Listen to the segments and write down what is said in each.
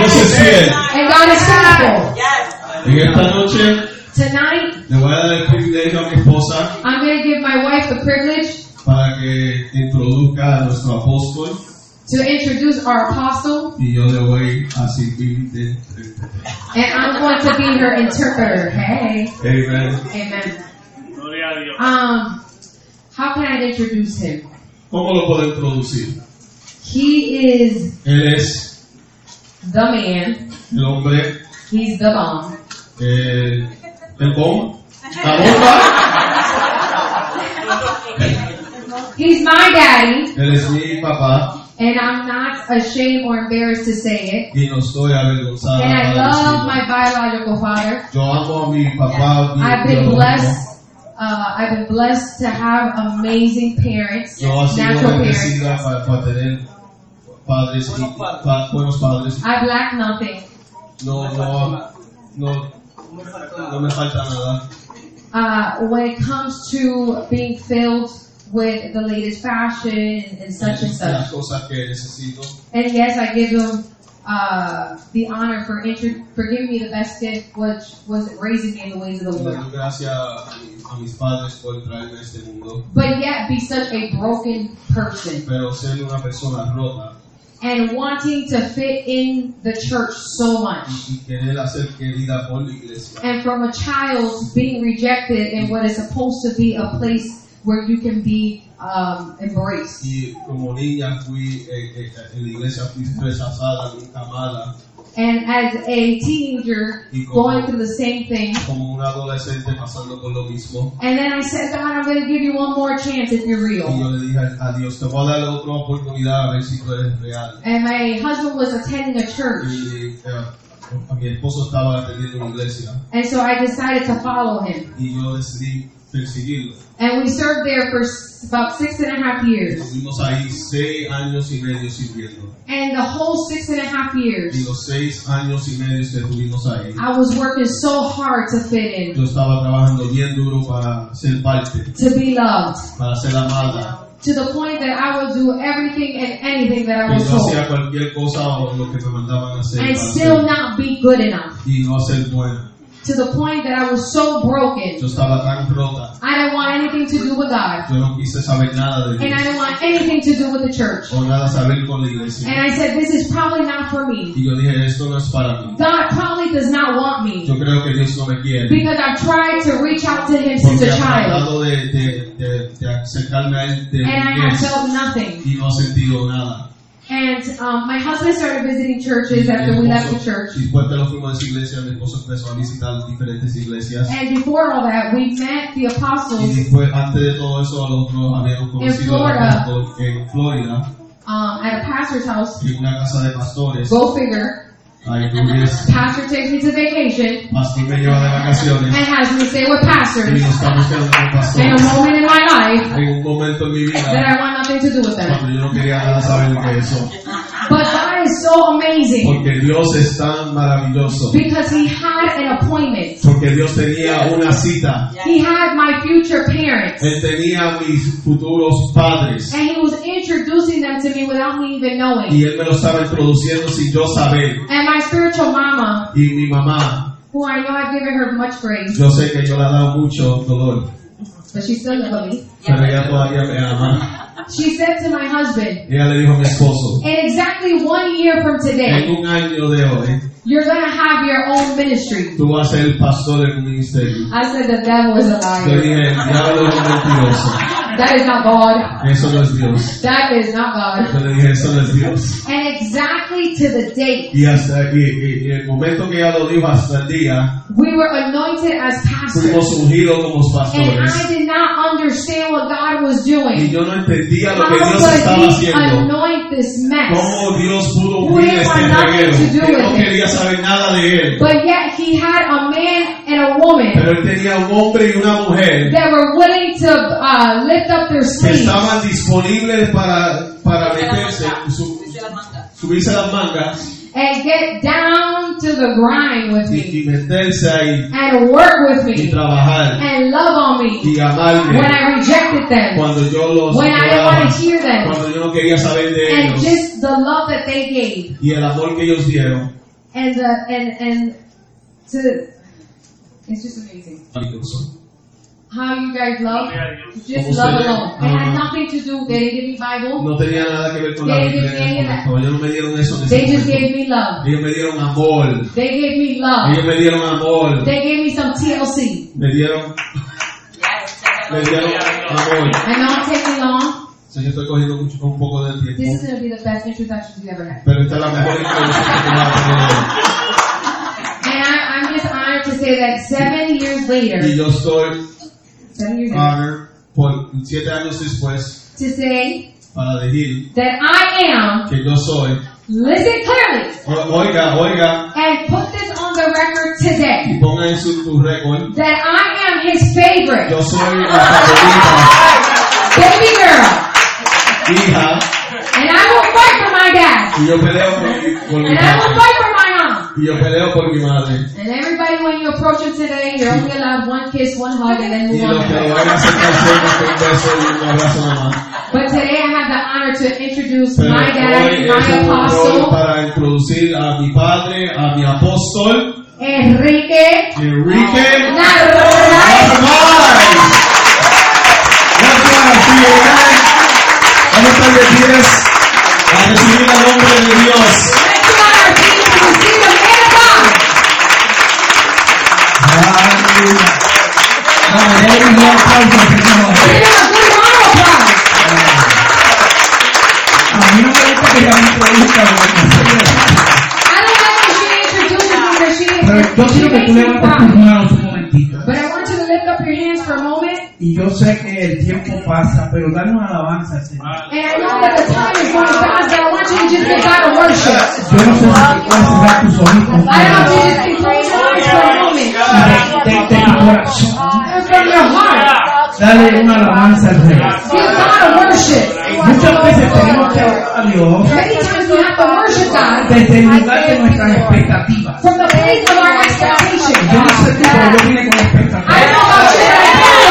Amen. And God is faithful. En esta noche Tonight, le voy a dar el privilegio a mi esposa I'm going to give my wife the privilege para que introduzca a nuestro apóstol to introduce our apostle, y yo le voy a servir de interpretación. and I'm going to be her interpreter. Hey, Amen. amen. Gloria a Dios. Um, how can I introduce him? ¿Cómo lo puedo introducir? He is Él es the man. el hombre, He's the bomb. el, el bomb, la bomba. He's my daddy, Él es mi papá and I'm not ashamed or embarrassed to say it. y no estoy avergonzada. And I para love decirlo. my biological father. Yo amo a mi papá. mi I've been biológico. blessed. Uh, I've been blessed to have amazing parents, Yo he sido natural parents. bendecida para, para tener padres y- pa- buenos padres. I've lacked nothing. No, no, no, no me falta nada. Uh, when it comes to being filled with the latest fashion and, and such and Las such. cosas que necesito. And yes, I give them uh, the honor for intro- for giving me the best gift, which was raising me in the ways of the Le Lord. doy gracias a, mi- a mis padres por traerme a este mundo. But yet, be such a broken person Pero ser una persona rota and wanting to fit in the church so much. y querer hacer querida por la iglesia. and from a child being rejected in what is supposed to be a place where you can be um, embraced. Y como niña fui, eh, eh, en la iglesia fui rechazada, nunca mala. And as a teenager, going through the same thing. Como un adolescente pasando por lo mismo. And then I said, God, I'm going to give you one more chance if you're Y real. yo le dije a Dios, te voy a dar otra oportunidad a ver si tú eres real. And my husband was attending a church. Y eh, mi esposo estaba atendiendo una iglesia And so I decided to follow him. y yo decidí perseguirlo. And we served there for s- about six and a half years. Estuvimos ahí seis años y medio sirviendo. And the whole six and a half Y years, los seis años y medio que estuvimos ahí, I was working so hard to fit in, yo estaba trabajando bien duro para ser parte, to be loved. para ser amada. to the point that I would do everything and anything that I Y was yo told hacía cualquier cosa o lo que me mandaban a hacer. and para still hacer. not be good enough. Y no ser buena. To the point that I was so broken, Yo estaba tan rota. I didn't want anything to do with God. Yo no quise saber nada de And I Dios. didn't want anything to do with the church. O nada saber con la iglesia. And I said, This is probably not for me. Y yo dije, esto no es para mí. God probably does not want me Yo creo que Dios no me quiere. because I've tried to reach out to Him since Porque a he child tratado de, de, de, de acercarme a Él de and I have niñez felt nothing. y no ha sentido nada. And um, my husband started visiting Y churches mi after we left the esposo- church. y después que lo fuimos a esa iglesia, mi esposo empezó a visitar diferentes iglesias. And before all that, we met Y the apostles después, antes de todo eso, los nos habíamos conocido Florida. apóstol en Florida, um, at a pastor's house. en una casa de pastores. Go figure. Ahí Luis, Pastor takes me to vacation pastor me lleva de and vacaciones has me stay with y pastors nos estamos quedando con in a pastores. moment in my life En un momento en mi that vida, I want nothing to do with them. cuando yo no quería nada saber de eso. But God is so amazing Porque Dios es tan maravilloso. because He had an appointment. Porque Dios tenía una cita. He had my future parents Él tenía a mis futuros padres. and He was introducing them to me without me even knowing. Y Él me lo estaba introduciendo sin yo saber. And my spiritual mama, Y mi mamá, who I know I've given her much grace, yo sé que yo le he dado mucho dolor. but she still loves me. Pero ella todavía me ama. She said to my husband, Ella le dijo a mi esposo, in exactly one year from en today, un año de hoy, you're gonna have your own ministry. tú vas a ser pastor en un ministerio. I said the devil is a Yo liar. dije, diablo es un mentiroso. That is not God. Eso no es Dios. That is not God. Yo le dije, eso no es Dios. And exactly to the date, Y hasta y- y- y el momento que ella lo dijo, hasta el día, we were anointed as pastors. fuimos ungidos como And pastores I did not understand what God was y doing. yo no entendía lo How que Dios estaba could He haciendo. anoint this mess? Cómo Dios pudo unir este reguero. Yo no quería saber nada de él. But yet He had a man and a woman Pero él tenía un hombre y una mujer that were willing to uh, lift up their que sleeves estaban disponibles para, para meterse, su- Dice la manga. subirse las mangas and get down to the grind with me y, y meterse ahí and work with y me trabajar and love on me y when amarme I rejected them, cuando yo los when I didn't want adoraba, to hear them. cuando yo no quería saber de and ellos just the love that they gave. y el amor que ellos dieron. and the and and to it's just amazing maravilloso. how you guys love Gloria a Dios. just love alone. It Mhm. had nothing to do. They didn't give me Bible. No tenía nada que ver con la They Biblia. just en ese gave- momento. Ellos no me dieron eso en ese They just momento. gave me love. Ellos me dieron amor. They gave me love. Ellos me dieron amor. They gave me some TLC. Me dieron, Yes. me dieron amor. I know I'm taking long. O sea, yo estoy cogiendo mucho, un poco de This is tiempo. gonna be the best introduction you ever had. Pero esta es la mejor introducción que me ha And I, I'm just honored to say that seven years tenido. Y later, yo estoy seven years later, honored por siete años después to say para decir that I am, que yo soy. listen clearly, o- Oiga, oiga, and put this on the record today, y ponga en su tu récord. that I am his favorite Yo soy la favorita baby girl, hija and I will fight for my dad, y yo peleo por mi, por mi and I will madre. fight for my mom. Y yo peleo por mi madre. And everybody, when you approach him today, you're only allowed one kiss, one hug, and then Y move lo que lo on. van a aceptar siempre es un beso y un abrazo nada más. But today I have the honor to introduce Pero my dad, Eh, hoy es my un honor apostle, para introducir a mi padre, a mi apóstol, Enrique Enrique. Narváez. Gracias, fieles. Vamos a estar de pies a recibir el nombre de Dios. Let's go on our feet and receive the man of God. Give him a good round of applause. Aleluya. Vamos, denle un aplauso al Señor. A mí no me gusta que hagan entrevistas, güey. I don't like when she introduces me, but she, Pero yo she quiero makes que tú me proud. levantes tus manos un momentito. But I want you to lift up your hands for a moment, Y yo sé que el tiempo pasa, pero dale una alabanza al Señor. and I know that the time is going fast, but I want you to just give God a worship. Yo no sé si tú puedes cerrar tus ojitos. I don't want you to pero just be praising God for a moment. De, de- de tu corazón. And from your heart, Dale una alabanza al Señor. give God a worship. Muchas veces tenemos que adorar a Dios Many times we have to worship God desde el lugar de nuestras expectativas. from the place of our expectation. Yo no sé tú, pero yo vine I con don't know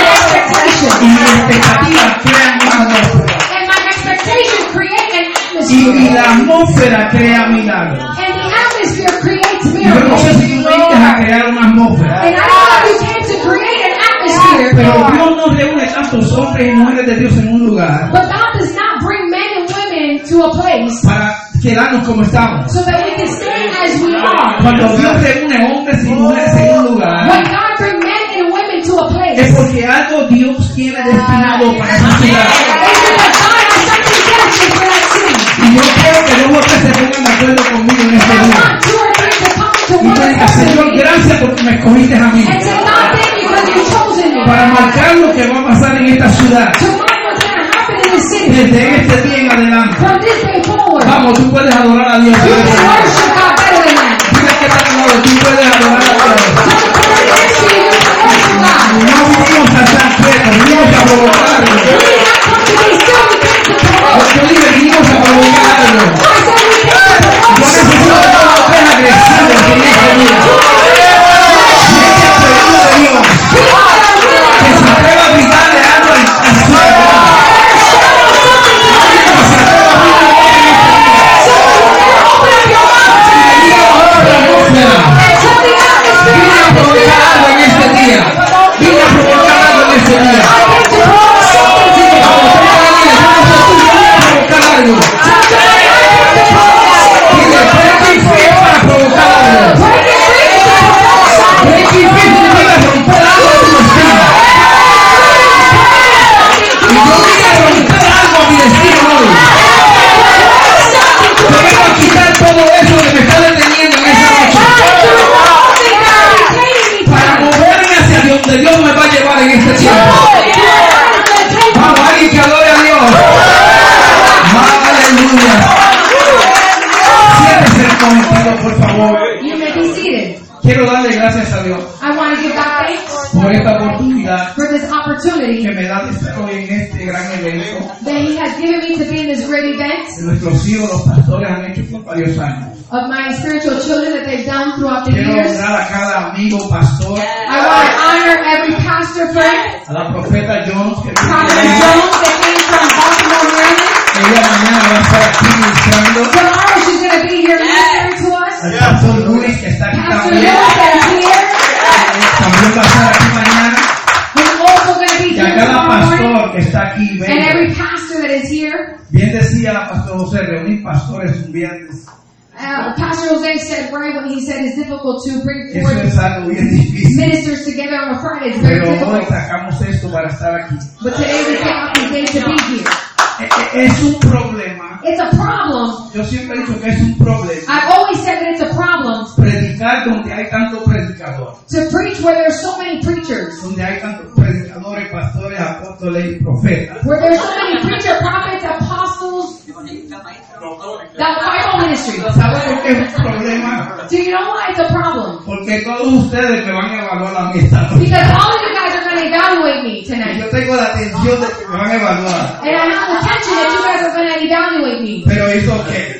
expectativas. about you, but I have an expectation. y mis expectativas crean una atmósfera. And my expectations create an Y, y atmosphere. la atmósfera crea milagros. And the atmosphere creates Y Yo no sé si tú miracles. viniste a crear una atmósfera, And I know you came to create an atmosphere, pero Dios no reúne tantos hombres y mujeres de Dios en un lugar but God does not bring men and women to a place para quedarnos como estamos. so that we can stay as we are. Cuando Dios reúne hombres y mujeres en un When lugar, God brings men and women to a es place, it's porque algo Dios tiene destinado para esa ciudad. because God has something destined for that city. Y yo quiero que dos o tres se pongan de acuerdo conmigo en este And I lugar. want two or three to come to Y one yo diga, Señor, person gracias porque me escogiste a mí and say, God, thank you because you've chosen me. para marcar lo que va a pasar en esta ciudad. To mark what's going to happen in this city desde este día en adelante. from this day forward. Vamos, tú puedes adorar a Dios. You can worship God better than that. Dile que está lado, tú puedes adorar a Dios. No vinimos a estar quietos, vinimos a provocarlo. Yo dije, vinimos a provocarlo. Yo necesito que todos estén agresivos en este día. Siente el pedido de Dios. Que se atreva a gritarle algo al al suelo. Que se atreva a gritarle algo al suelo. Vine a provocar algo en este día. Vine a provocar algo en este día. Vamos, tres alegres, vamos a tú, vine a provocar algo. Dile, breaking free para provocar algo. Breaking free significa romper algo en tu destino. Y yo vine a romper algo a mi destino hoy. Yo vengo a quitar todo eso que me está deteniendo en esta noche. Para moverme hacia donde Dios me va a llevar en este tiempo. Vamos, alguien que adore a Dios. Aleluya. Cierres el comentario, por favor. You may be seated. Quiero darle gracias a Dios I want to give God thanks por esta oportunidad for this opportunity que me da de estar hoy en este gran evento. that He has given me to be in this great event Nuestros hijos, los pastores, han hecho por varios años. of my spiritual children that they've done throughout the Quiero years. honrar a cada amigo, pastor, I want to honor every pastor friend, a la profeta Jones, que Prophet Jones that came from Baltimore, Maryland. ella mañana va a estar aquí ministrando. Tomorrow she's going to be here ministering to us. Al pastor aquí, And venga. every pastor that is here, Bien decía Pastor José, reunir pastores un viernes. uh, Pastor Jose said right when he said it's difficult to bring Eso forth es algo bien difícil. ministers together on a Friday. It's very Pero hoy difficult. sacamos esto para estar aquí. But today we got the day to be here. E- e- Es un problema. It's a problem. Yo siempre he dicho que es un problema. I've always said that it's a problem Predicar donde hay tanto predicador. to preach where there's so many preachers, Donde hay tantos predicadores, pastores, apóstoles y profetas. where there's so many preacher, prophets, apostles that fight on ministry. ¿Sabes por qué es un problema? Do you know why it's a problem? Porque todos ustedes me van a evaluar a mí esta noche. Because all of you guys are going to evaluate me Y tonight. Yo tengo la atención de que me van a evaluar. And I have the tension that you guys are going to evaluate me. Pero eso que,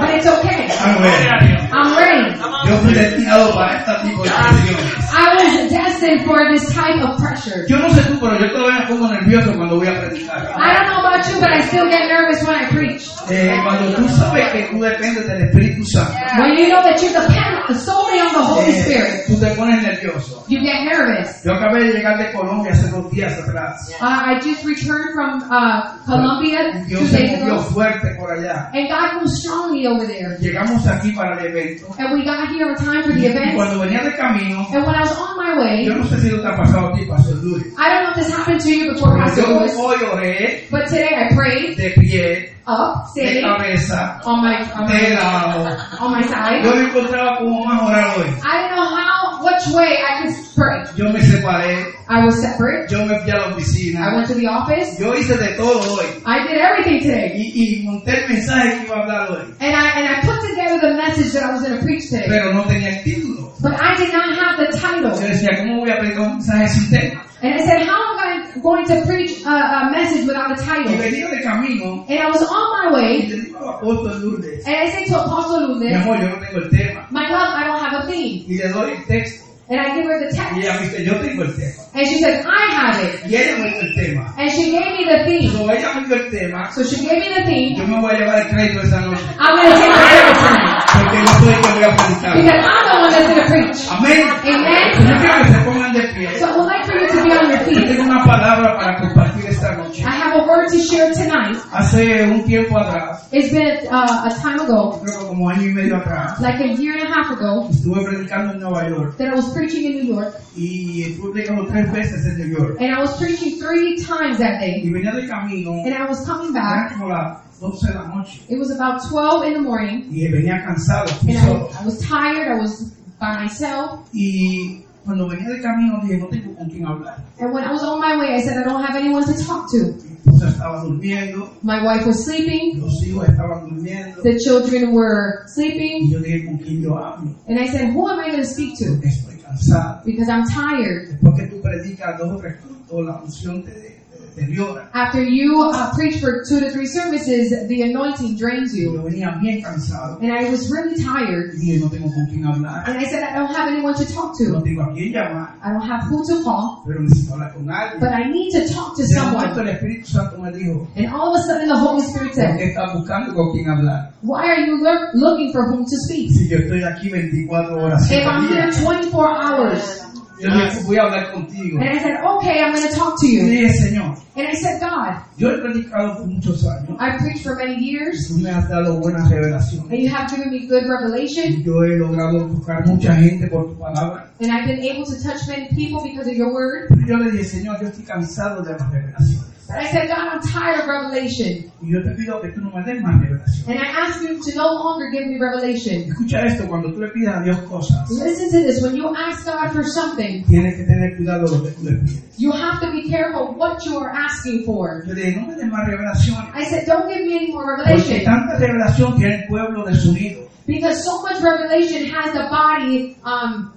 But it's okay. a ver, I'm ready. yo fui destinado para este tipo de presiones. I was destined for this type of pressure. Yo no sé tú, pero yo todavía me pongo nervioso cuando voy a I predicar. don't know about you, but I still get nervous when I preach. Eh, cuando tú sabes que tú dependes del Espíritu Santo, When you know that you're dependent solely on the Holy eh, Spirit, tú te pones nervioso. you get nervous. Yo acabé de llegar de Colombia hace dos días atrás. Uh, I just returned from uh, Colombia Y two Dios se days movió ago, fuerte por allá. and God moved strongly over there. Llegamos aquí para el evento. And we got here on time for the Y event. cuando venía de camino, And when I was on my yo way, no sé si lo te ha pasado a ti, Pastor Luis. I don't know if this happened to you before, Pero Pastor yo Lewis, hoy oré but today I prayed de pie, up, de standing on cabeza, my on de my, lado. on my side. Yo me encontraba como más orar hoy. I didn't know how, which way I could pray. Yo me separé, I was separate. yo me fui a la I oficina. went to the office. Yo hice de todo hoy. I did everything today. Y, y monté el mensaje que iba a hablar hoy. And I, and I put together the message that I was going to preach today. Pero no tenía el título. But I did not have the title. Yo decía, ¿cómo voy a predicar un mensaje sin tema? And I said, how am I going to preach a, a message without a Y title? venía de camino And I was on my y way, le digo al apóstol Lourdes, and I said to Apostle mi Lulin, amor, yo no tengo el tema. my love, I don't have a theme. Y le doy el texto. And I give her the Y text. ella me dice, yo tengo el tema. And she says, I have it. Y ella me dio el tema. And she gave me the theme. Cuando ella me dio el tema, So she gave me the theme. yo me voy a llevar el crédito esa noche. I'm going to take the credit tonight. Porque yo soy el que voy a predicar. Because I'm the one that's going to preach. Amén. Amén. Yo quiero que se pongan de pie. So I would like for you to be on your Yo feet. tengo una palabra para compartir esta noche. I have a word to share tonight. Hace un tiempo atrás, It's been uh, a time ago, creo que como año y medio atrás, like a year and a half ago, estuve predicando en Nueva York that I was preaching in New York. y estuve predicando tres veces en New York. And I was preaching three times that day. Y venía de camino, And I was coming eran back. como las 12 de la noche It was about 12 in the morning. y venía cansado, fui And solo. I, I was tired. I was by myself. Y cuando venía de camino dije, no tengo con quién hablar. And when I was on my way, I said, I don't have anyone to talk to. Mi esposa estaba durmiendo, My wife was sleeping. los hijos estaban durmiendo. The children were sleeping. Y yo dije, ¿con quién yo hablo? And I said, who am I going to speak to? Estoy cansado. Because I'm tired. Después que tú predicas dos o tres cultos, la unción te, te deteriora. After you uh, preach for two to three services, the anointing drains Y you. yo venía bien cansado. And I was really Y tired. dije, no tengo con quién hablar. And I said, I don't have anyone to talk No to. tengo a quién llamar, I don't have who to call, pero necesito hablar con alguien. but I need to talk to De momento someone. el Espíritu Santo me dijo, And all of a sudden, the Holy Spirit ¿por said, qué estás buscando con quién hablar? Why are you look- looking for whom to speak? Si yo estoy aquí 24 horas. If I'm siete here días. 24 hours, Yo dije, voy a hablar contigo. and I said, Okay, I'm going to talk to Y you. dije, Señor, And I said, God, yo he predicado por muchos años. I preached for many years, Tú me has dado buenas revelaciones. and you have given me good revelation, Yo he logrado buscar mucha gente por tu palabra. and I've been able to touch many people because of your word. Pero yo le dije, Señor, yo estoy cansado de las revelaciones. But I said, God, I'm tired of revelation. Y yo te pido que tú no me des más revelaciones. And I ask you to no longer give me revelation. Escucha esto, cuando tú le pidas a Dios cosas, Listen to this. When you ask God for something, tienes que tener cuidado de lo que tú le pides. you have to be careful what you are asking for. Yo le dije, no me des más revelaciones. I said, don't give me any more Porque revelation. tanta revelación tiene el pueblo desunido. Because so much revelation has the body um,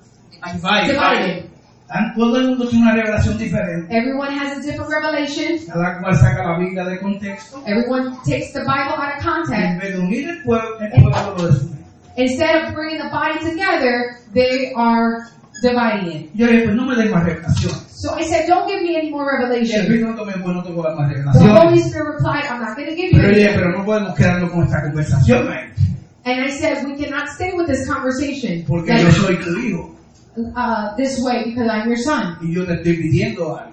divided. Tan- Todo el mundo tiene una revelación diferente. Everyone has a different revelation. Cada cual saca la Biblia de contexto. Everyone takes the Bible out of Y en context. vez de unir el pueblo, el pueblo lo desune. Instead of bringing the body together, they are dividing it. Yo le dije, pues no me des más revelaciones. So I said, don't give me any more Y el revelation. Espíritu Santo me dijo, no te voy a dar más The Holy revelaciones. Spirit replied, I'm not going to give you Pero yo any. dije, pero no podemos quedarnos con esta conversación, ¿eh? man, And I said, we cannot stay with this conversation porque yo like, soy tu hijo uh, this way because I'm your son. y yo te estoy pidiendo algo.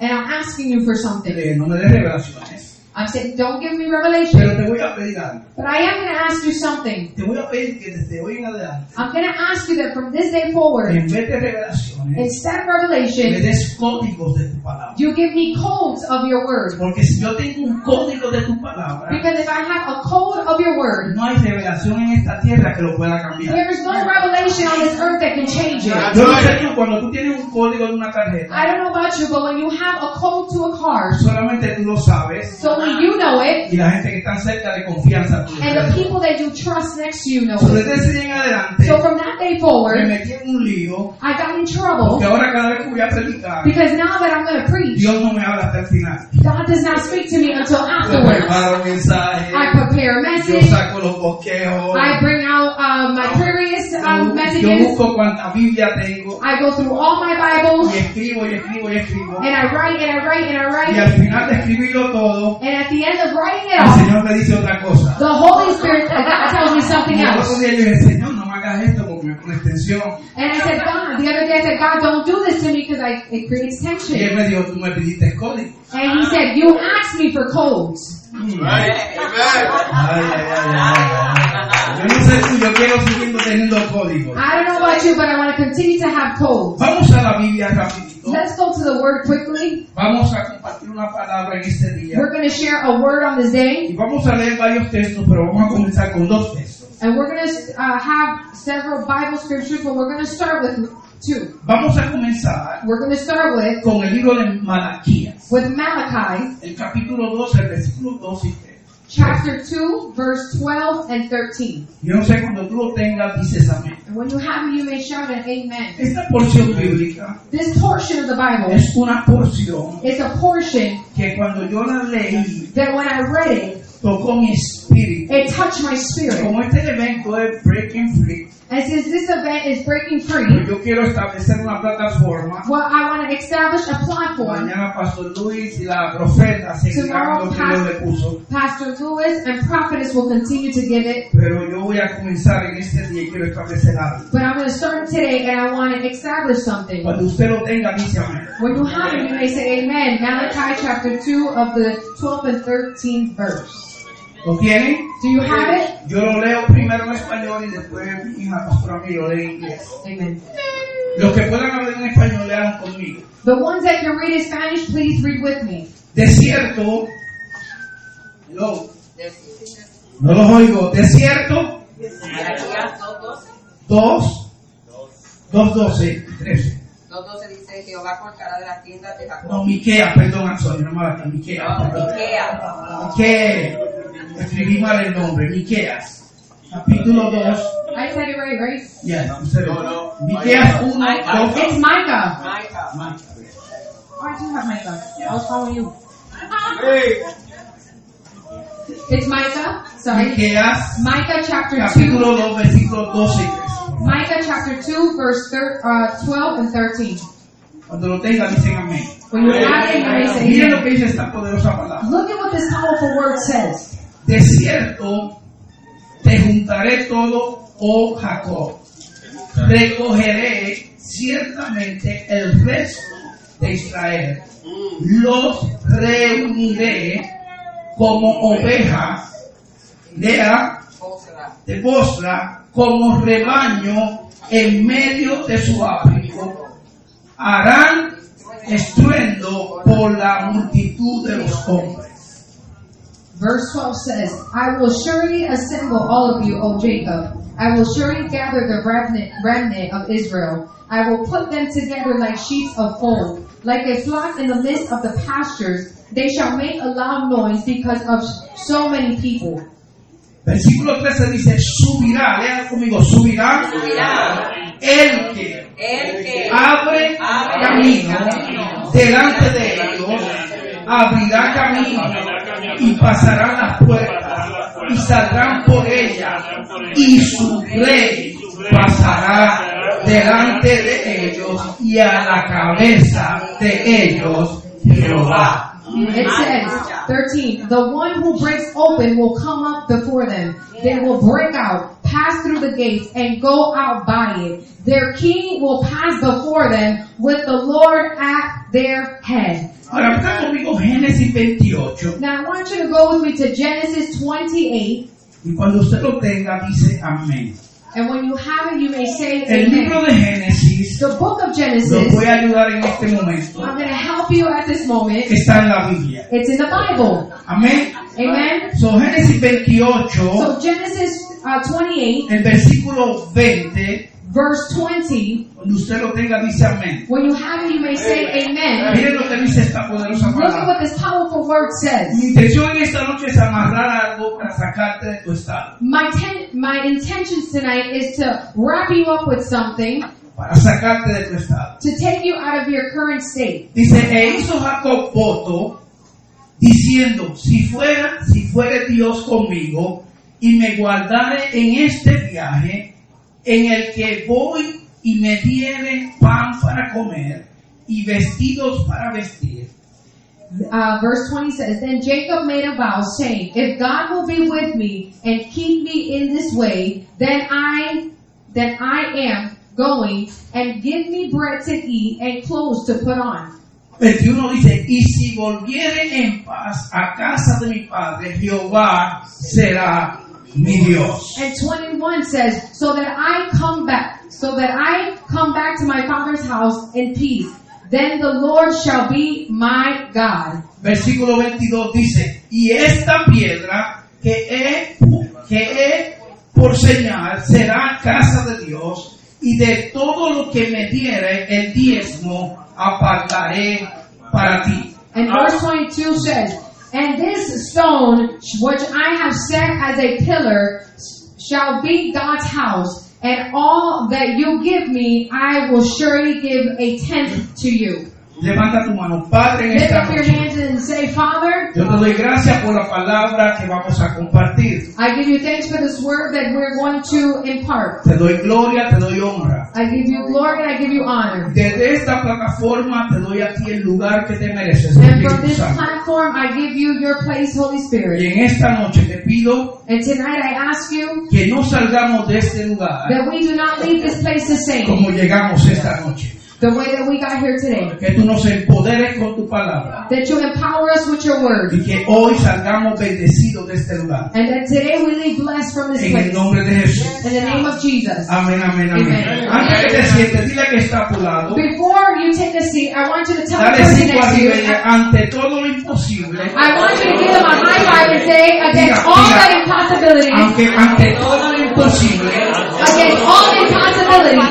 and I'm asking you for something. Eh, no me des revelaciones, I'm saying, don't give me pero revelation, te voy a pedir algo. but I am going to ask you something. Te voy a pedir que desde hoy en adelante, I'm going to ask you that from this day forward, en vez de revelaciones, instead of me revelation, des códigos de tu palabra. you give me codes of your word. Porque si yo tengo un código de tu palabra, Because if I have a code of your word, no hay revelación en esta tierra que lo pueda cambiar. there is no revelation on this earth that can change it. Yo no sé tú, cuando tú tienes un código de una tarjeta, I don't know about you, but when you have a code to a car, solamente tú lo sabes so when you know it, y la gente que está cerca de confianza tuya. and the people that you trust next to you know So, it. Desde ese día en adelante, So from that day me forward, metí en un lío I got in que trouble ahora cada vez que voy a predicar, because now that I'm going to preach, Dios no me habla hasta el final. God does not speak to me until Yo afterwards. preparo mensajes, I prepare a yo message. saco los bosqueos, I bring out uh, my previous um, yo messages. busco cuánta Biblia tengo, I go through all my y Bibles escribo, y escribo, y escribo. and I write and I write and I Y al write. final de escribirlo todo, And at the end of writing it el all, Señor me dice otra cosa. the Holy Spirit uh, God tells me something Y el otro else. día yo dije, Señor, no me hagas esto porque me pone tensión. And I said, God, the other day I said, God, don't do this to me because I, it creates Y tension. él me dijo, tú me pidiste código. And he said, you asked me for codes. Mm. Ay, Right? Amen. ay, ay, ay, ay. Yo no sé tú, yo quiero seguir teniendo código. I don't know about you, but I want to continue to have codes. Vamos a la Biblia rapidito. Let's go to the word quickly. Vamos a compartir una palabra en este día. We're going to share a word on this day, Y vamos a leer varios textos, pero vamos a comenzar con dos textos. and we're going to uh, have several Bible scriptures, but we're going to start with two. Vamos a comenzar We're going to start with con el libro de Malaquías, with Malachi el capítulo 12, versículos 2 y 3. chapter two, verse twelve and thirteen. Yo no sé cuando tú lo tengas, dices amén. And when you have it, you may shout an amen. Esta porción bíblica This portion of the Bible es una porción is a portion que cuando yo la leí that when I read it, tocó mi espíritu. it touched my spirit. Como este evento es Breaking Free, pues And since this event is breaking free, yo quiero establecer una plataforma. well, I want to establish a platform. Mañana Pastor Luis y la profeta seguirán lo que Dios le puso. Pastor Lewis and prophetess will continue to give it Pero yo voy a comenzar en este día y quiero establecer algo. But I'm going to start today and I want to establish something. Cuando usted lo tenga, dice amén. When you have it, you may say amen. Malachi chapter 2 of the 12th and 13th verse. ¿Lo tienen? Do you have it? Yo lo leo primero en español y después mi hija pastora mí lo lee en inglés. Amen. Los que puedan hablar en español, lean conmigo. The ones that can read in Spanish, please read with me. De cierto, hello, no los oigo, de cierto, Malaquías 2:12. 2, 2, 12, 13. 2:12 dice, Jehová cortará de las tiendas de Jacob. No, Miquea, perdón, I'm sorry, no me hagas Miquea. Ah, perdón. Ikea. Miquea, escribí mal el nombre, Miqueas, capítulo 2, I said it right, right? ya, I'm sorry. No, no. Miqueas 1, Micah. 12, It's Micah. Micah. Why do you have Micah? Oh, I was following you. Hey. It's Micah. Sorry. Miqueas, Micah chapter 2. capítulo 2, versículo 12 y 13. Micah chapter 2 verse thir- uh, 12 and 13. Cuando lo tengan, dicen amén. When you have it, you may say Miren lo amen. que dice esta poderosa palabra. Look at what this powerful word says. De cierto, te juntaré todo, oh Jacob. Recogeré ciertamente el resto de Israel. Los reuniré como oveja lea, Bozra. de postra, como rebaño en medio de su abrigo. Harán estruendo por la multitud de los hombres. Verse 12 says, I will surely assemble all of you, O Jacob. I will surely gather the remnant, remnant of Israel. I will put them together like sheep of old, like a flock in the midst of the pastures. They shall make a loud noise because of so many people. Versículo 13 dice, subirá, lean conmigo, subirá, Subirá. el que El que abre Abre camino camino. delante de ellos, abrirá camino y pasarán las puertas y saldrán por ellas y su rey pasará delante de ellos y a la cabeza de ellos Jehová. It says, 13, the one who breaks open will come up before them. They will break out, pass through the gates and go out by it. Their king will pass before them with the Lord at their head. Ahora está conmigo Génesis 28. Now I want you to go with me to Genesis 28, Y cuando usted lo tenga, dice amén. and when you have it, you may say El libro amen. de Génesis, The book of lo Genesis, voy a ayudar en este momento, I'm going to help you at this moment. está en la Biblia. It's in the Bible. Amén. Amen. So, Génesis 28, So Genesis uh, 28, el versículo 20, verse 20, cuando usted lo tenga, dice amén. when you have it, you may say amen. Miren lo que dice esta poderosa Look at palabra. what this powerful word Mi says. intención en esta noche es amarrar algo para sacarte de tu estado, My ten, my intentions tonight is to wrap you up with something para sacarte de tu estado. to take you out of your current state. Dice, e hizo Jacob voto diciendo, si fuera, si fuere Dios conmigo y me guardare en este viaje en el que voy y me diere pan para comer y vestidos para vestir, Uh, verse 20 says, Then Jacob made a vow saying, If God will be with me and keep me in this way, then I, then I am going and give me bread to eat and clothes to put on. 21 dice, y si volviere en paz a casa de mi padre, Jehová será mi Dios. And 21 says, so that I come back, so that I come back to my father's house in peace. Then the Lord shall be my God. Versículo 22 dice, y esta piedra que he, que he por señal será casa de Dios, y de todo lo que me diere el diezmo apartaré para ti. And verse 22 says, and this stone which I have set as a pillar shall be God's house, and all that you give me, I will surely give a tenth to you. Levanta tu mano, Padre, en Lift esta up your noche. hands and say, Father, Yo te doy gracias por la palabra que vamos a compartir. I give you thanks for this word that we're going to impart. Te doy gloria, te doy honra. I give you glory and I give you honor. Desde esta plataforma te doy a ti el lugar que te mereces, And from Espíritu this Santo. platform, I give you your place, Holy Y Spirit. en esta noche te pido And tonight I ask you que no salgamos de este lugar that we do not leave this place the same, como llegamos esta noche. the way that we got here today. Que tú nos empoderes con tu palabra That you empower us with your word. y que hoy salgamos bendecidos de este lugar. And that today we leave blessed from this En el place. nombre de Jesús. In the name of Jesus. Amén, amén, amén. Amén. Antes que te sientes, dile que está a tu lado. Before you take a seat, I want you to tell the Dale person cinco next to arriba y you. dile, ante todo lo imposible. I want you to give them a high five and say, against all the impossibilities, Aunque ante todo lo imposible, against all the impossibilities,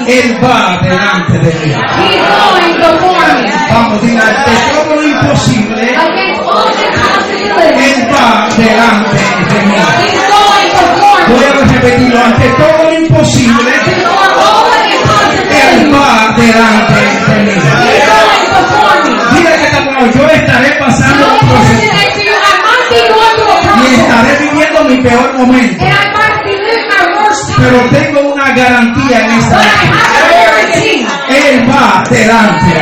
Él va delante de mí. He's going before me. Vamos, dile, ante todo lo imposible, Against all the impossibilities, Él va delante de mí. He's going before me. Voy a repetirlo, ante todo lo imposible, Él va delante de mí. Dile que está como yo estaré pasando un proceso y estaré viviendo mi peor momento, pero tengo una garantía en esta Él va delante.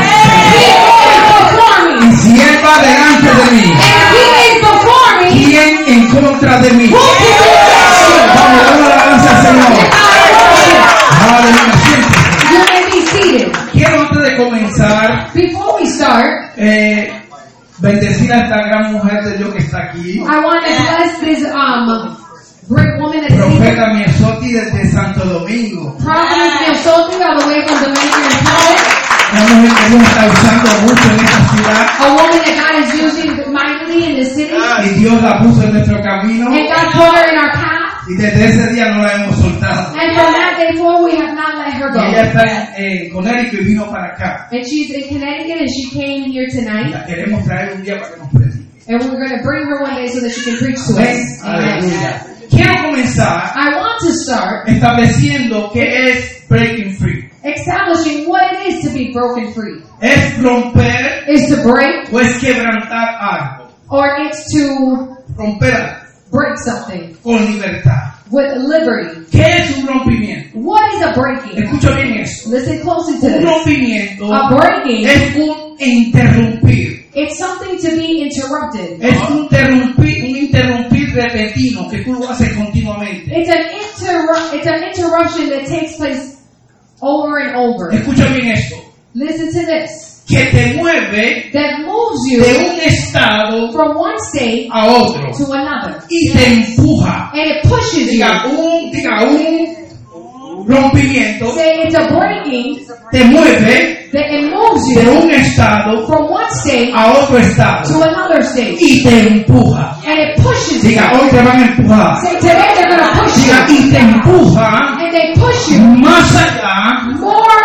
Y si Él va delante de mí, ¿quién en contra de mí? Vamos, dame la alabanza al Señor. Aleluya, siéntese. Quiero antes de comenzar, Before we start, eh, bendecir a esta gran mujer de Dios que está aquí. I want to bless this um great woman that's here, Profeta Miesotti desde Santo Domingo. Providence Minnesota, all the way from Dominican Republic, Una mujer que Dios está usando mucho en esta ciudad. a woman that God is using mightily in the city, and Y Dios la puso en nuestro camino. God put her in our path. Y desde ese día no la hemos soltado. And from that day forward, we have not let her Y ella go. está en Conérico y vino para acá. And she's in Connecticut, and she came here Y tonight. la queremos traer un día para que nos predique. And we're going to bring her one day so that she can preach to Amén. us. Amen. Aleluya. Quiero comenzar I want to start estableciendo qué es breaking free. establishing what it is to be broken free. Es romper It's to break, o es quebrantar algo. or it's to Romper algo break something con libertad. with liberty. ¿Qué es un rompimiento? What is a breaking? Escucha bien esto. Listen closely to Un this. rompimiento A breaking, es un interrumpir, it's something to be interrupted. es un interrumpir, un interrumpir repentino que tú lo haces continuamente. It's an interrupt, a, it's an interruption that takes place over and over. Escucha bien esto. Listen to this. Que te mueve That moves de un you estado from one state a otro to another. y te empuja. And it pushes you. Diga un, diga un rompimiento. Say it's a breaking Te mueve that it moves de you un estado from one state a otro estado to another state. y te empuja. And it pushes you. Diga, hoy te van a empujar. Say today they're going to push Diga, you. y te empuja And they push you más allá, more,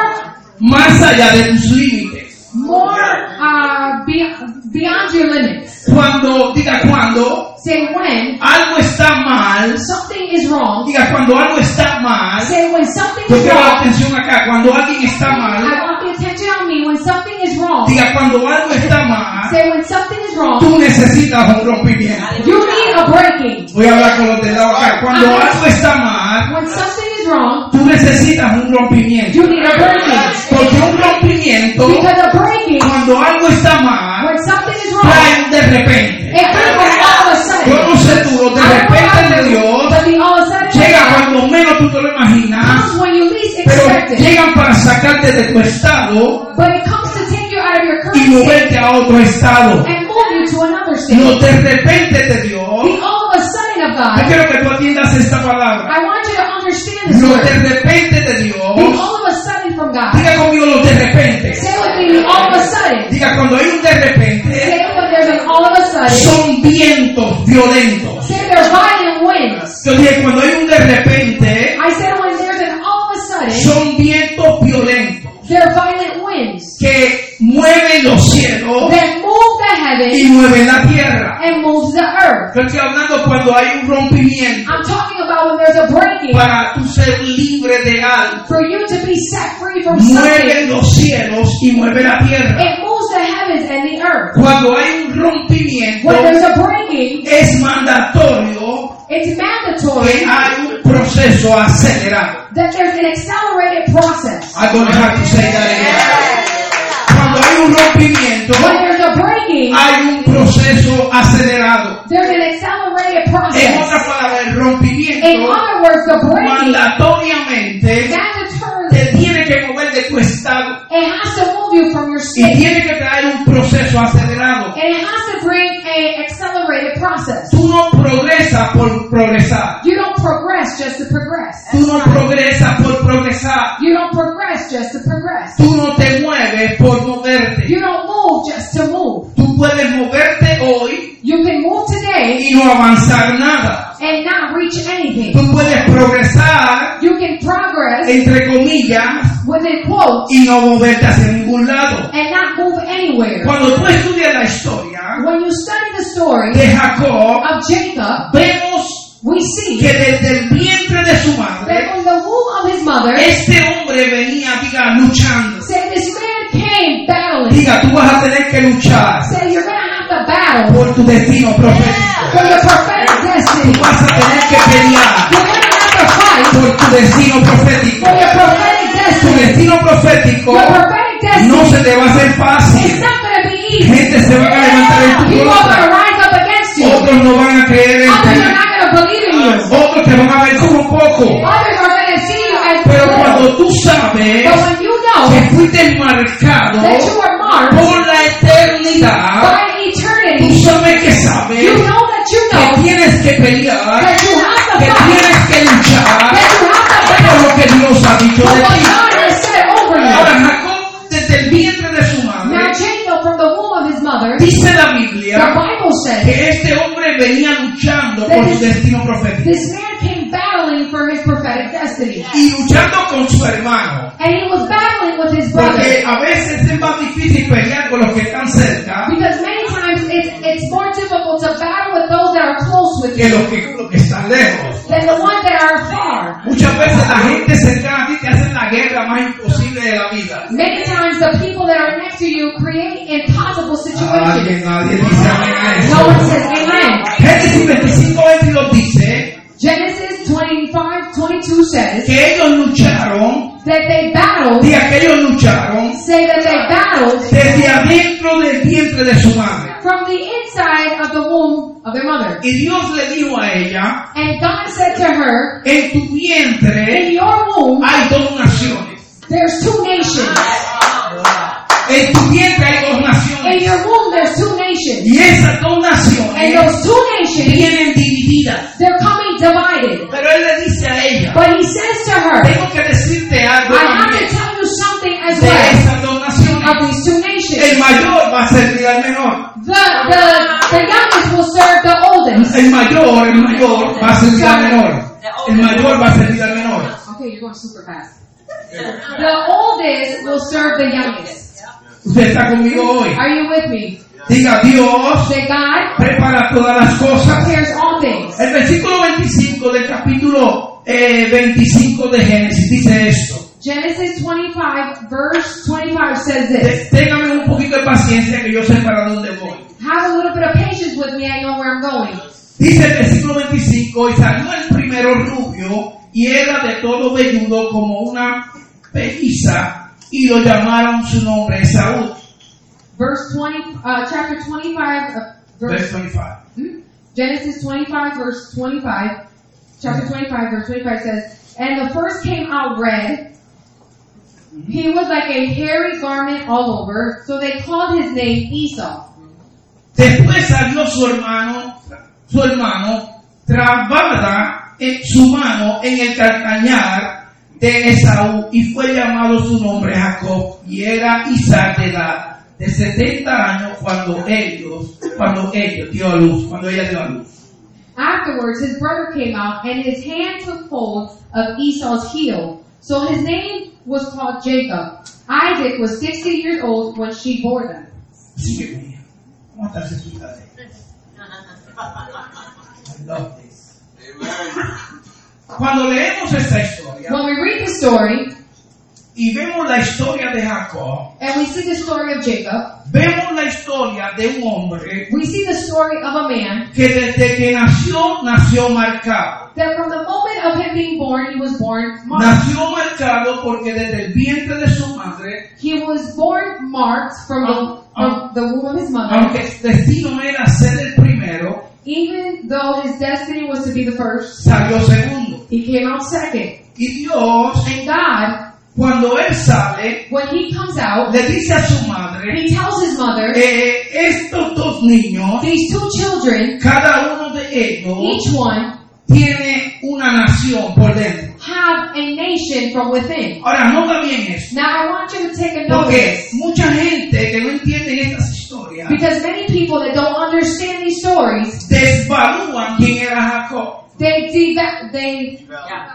más allá de tus límites. more uh, beyond, beyond your limits. Cuando, diga, cuando Say when algo está mal, something is wrong. diga, cuando algo está mal, Say when something yo is quiero la wrong. atención acá, cuando alguien está I mal, want the attention on me when something is wrong. diga, cuando algo está mal, Say when something is wrong, tú necesitas un rompimiento. you need a breaking. Voy a hablar con los del lado acá, cuando algo está mal, When something is wrong, tú necesitas un rompimiento. you need a breaking. Porque un rompimiento, Because a breaking, cuando algo está mal, when something is wrong, trae un de repente. it comes from all of a sudden. Yo no sé tú, los de repente de Dios But the all of a sudden llega cuando menos tú te lo imaginas, comes when you least expect pero it. llegan para sacarte de tu estado But it comes to take you out of your current y state moverte a otro estado. and move you to another Los state. de repente de Dios, The all of a sudden of yo God, quiero que tú atiendas esta palabra. I want you to understand this Los de word. repente de The Dios, all of a sudden from God. diga conmigo los de repente. Say with me, the all of a sudden. Diga cuando hay un de repente, Say when there's an all of a sudden. son vientos violentos. Say there's violent winds. Yo dije, cuando hay un de repente, I said when there's an all of a sudden, son vientos violentos there are violent winds que mueven los cielos that move the y heavens mueven la tierra. and moves the earth. Yo estoy hablando cuando hay un rompimiento I'm talking about when there's a breaking. para tú ser libre de algo. For you to be set free from Mueve something, los cielos y mueve la tierra. it moves the heavens and the earth. Cuando hay un rompimiento, When there's a breaking, es mandatorio it's que mandatory hay un proceso acelerado. that there's an accelerated process. I'm gonna have to say that again. Cuando hay un rompimiento, When there's a breaking, hay un proceso acelerado. there's an accelerated En process. otras palabras, el In rompimiento other words, the breaking, mandatoriamente mandatory, te tiene que mover de tu estado it has to move you from your y state. tiene que traer un proceso acelerado. And it has to bring an accelerated process. Tú no progresas por progresar. You don't progress just to progress. Tú no progresas por progresar. You don't progress just to progress. Tú no te mueves por moverte. You don't move just to move. Tú puedes moverte hoy You can move today y no avanzar nada. and not reach anything. Tú puedes progresar, You can progress entre comillas, within quotes y no moverte hacia ningún lado. and not move anywhere. Cuando tú estudias la historia When you study the story de Jacob, of Jacob, vemos we que see desde el vientre de su madre, that from the womb of his mother, este hombre venía, diga, luchando. said this man came battling. Diga, tú vas a tener que luchar Said you're gonna have to battle por tu destino profético. for your prophetic destiny. Tú vas a tener que pelear You're gonna have to fight por tu destino profético. for your prophetic Tu destiny. destino profético Your prophetic no destiny se te va a hacer is fácil. not gonna be easy. Gente se van a levantar en tu People are gonna contra. rise up against you. Others Otros no van a creer en are ti. not gonna believe in you. Otros te van a ver como poco. Others are going to see you as Pero little. cuando tú sabes But when you que know fuiste marcado that you are marked por la eternidad, by tú eternity, sabes que you sabes know that you que know tienes que pelear, that you have to que fight, tienes que luchar that you have to por lo que Dios ha dicho battle de what ti. God has said over Ahora, you. Jacob, desde el vientre de su Now madre, Jacob from the womb of his mother, the dice la Biblia Bible says, que este hombre venía luchando por su destino profético this man came battling for his prophetic destiny. y luchando con su hermano. And he was battling with his brother. Porque a veces es más difícil pelear con los que están cerca Because many times it's, it's more difficult to battle with those that are close with que you los que, los que están lejos. than the ones that are far. Muchas veces la gente cercana a ti te hace la guerra más imposible de la vida. Many times the people that are next to you create impossible situations. Alguien, nadie dice amén a No one eso. says amen. Génesis 25, 22 dice Genesis 25, 22 says que ellos lucharon, that they battled, diga que ellos lucharon say that they battled desde adentro del vientre de su madre. from the inside of the womb of their mother. Y Dios le dijo a ella, And God said to her, en tu In vientre your womb, hay dos naciones. there's two nations. En tu vientre hay dos In naciones. your womb, there's two nations. Y esas dos And naciones those two nations, vienen divididas. they're coming divided. Pero él le dice a ella, But he says to her, tengo que decirte algo I have to también tell you something as de well esas dos naciones. of these two nations. El mayor va a servir al menor. The, the, the youngest will serve the oldest. El mayor, el mayor va a servir al menor. El mayor va a servir al menor. Okay, you're going super fast. The oldest will serve the youngest. Usted está conmigo hoy. Are you with me? Diga, Dios Say, God prepara todas las cosas. prepares all things. El versículo 25 del capítulo eh, 25 de Génesis dice esto. Genesis 25, verse 25 says this. Té- Téngame un poquito de paciencia que yo sé para dónde voy. Have a little bit of patience with me, I know where I'm going. Dice el versículo 25, y salió el primero rubio y era de todo velludo como una pelliza y lo llamaron su nombre Esaú. Verse 20, uh, chapter 25, uh, verse, Verse 25. hmm? Genesis 25, verse 25, chapter 25, verse 25 says, And the first came out red. He was like a hairy garment all over, so they called his name Esau. Después salió su hermano, su hermano, trabada en su mano en el calcañar de Esaú y fue llamado su nombre Jacob y era Isaac de edad de 70 años cuando ellos, cuando ellos dio a luz, cuando ella dio a luz. Afterwards, his brother came out, and his hand took hold of Esau's heel. So his name was called Jacob. Isaac was 60 years old when she bore them. Así que mira, ¿cómo estás escuchando? I love this. Cuando leemos esta historia When we read the story, y vemos la historia de Jacob, and we see the story of Jacob, vemos la historia de un hombre we see the story of a man que desde que nació, nació marcado. that from the moment of him being born, he was born marked. Nació marcado porque desde el vientre de su madre, He was born marked from the, from the womb of his mother. aunque su destino era ser el primero, Even though his destiny was to be the first, salió segundo. he came out second. Y Dios, And God, cuando él sale, when he comes out, le dice a su madre, he tells his mother, Eh, estos dos niños, these two children, cada uno de ellos each one, tiene una nación por dentro. have a nation from within. Ahora, nota bien eso, Now I want you to take a porque notice. mucha gente que no entiende estas historias Because many people that don't understand these stories desvalúan quién era Jacob, They deva- they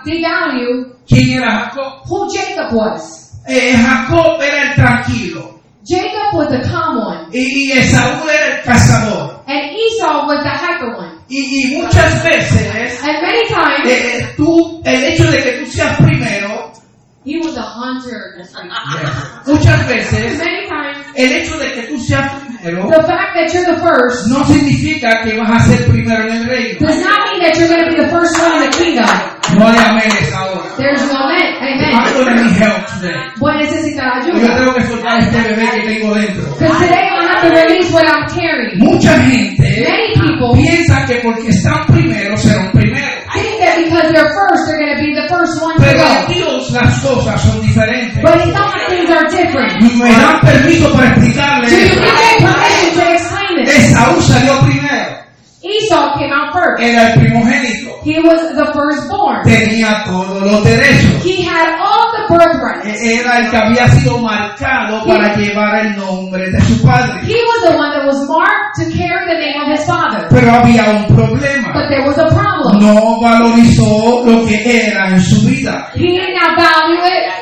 devalue quién era Jacob. who Jacob was. Eh, Jacob era el tranquilo Jacob was the calm one, y, y Esaú era el cazador. and Esau was the hyper one. Y, y muchas veces And many times eh, tú, el hecho de que tú seas primero, he was a hunter. muchas veces Many times el hecho de que tú seas primero the fact that you're the first no significa que vas a ser primero en el reino. does not mean that you're going to be the first one in the kingdom. No hay amenes ahora. There's no amen. I'm Amen. gonna need help today. What necesita la Yo ayuda? tengo que soltar este bebé que tengo dentro. Because today I have to release what I'm carrying. Mucha gente Many people piensa que porque están primero serán primero. think that because they're first, they're going to be the first one to Pero a go. Dios las cosas son diferentes. But some things are different. Me dan permiso para Do you give explicarles. me permission to explain this? Esaú salió primero. Esau came out first. Era el primogénito. He was the firstborn. Tenía todos los derechos. He had all the birthrights. E- Era el que había sido marcado para llevar el nombre de su padre. He was the one that was marked to carry the name of his father. Pero había un But problema. there was a problem. No valorizó lo que era en su vida. He did not value it.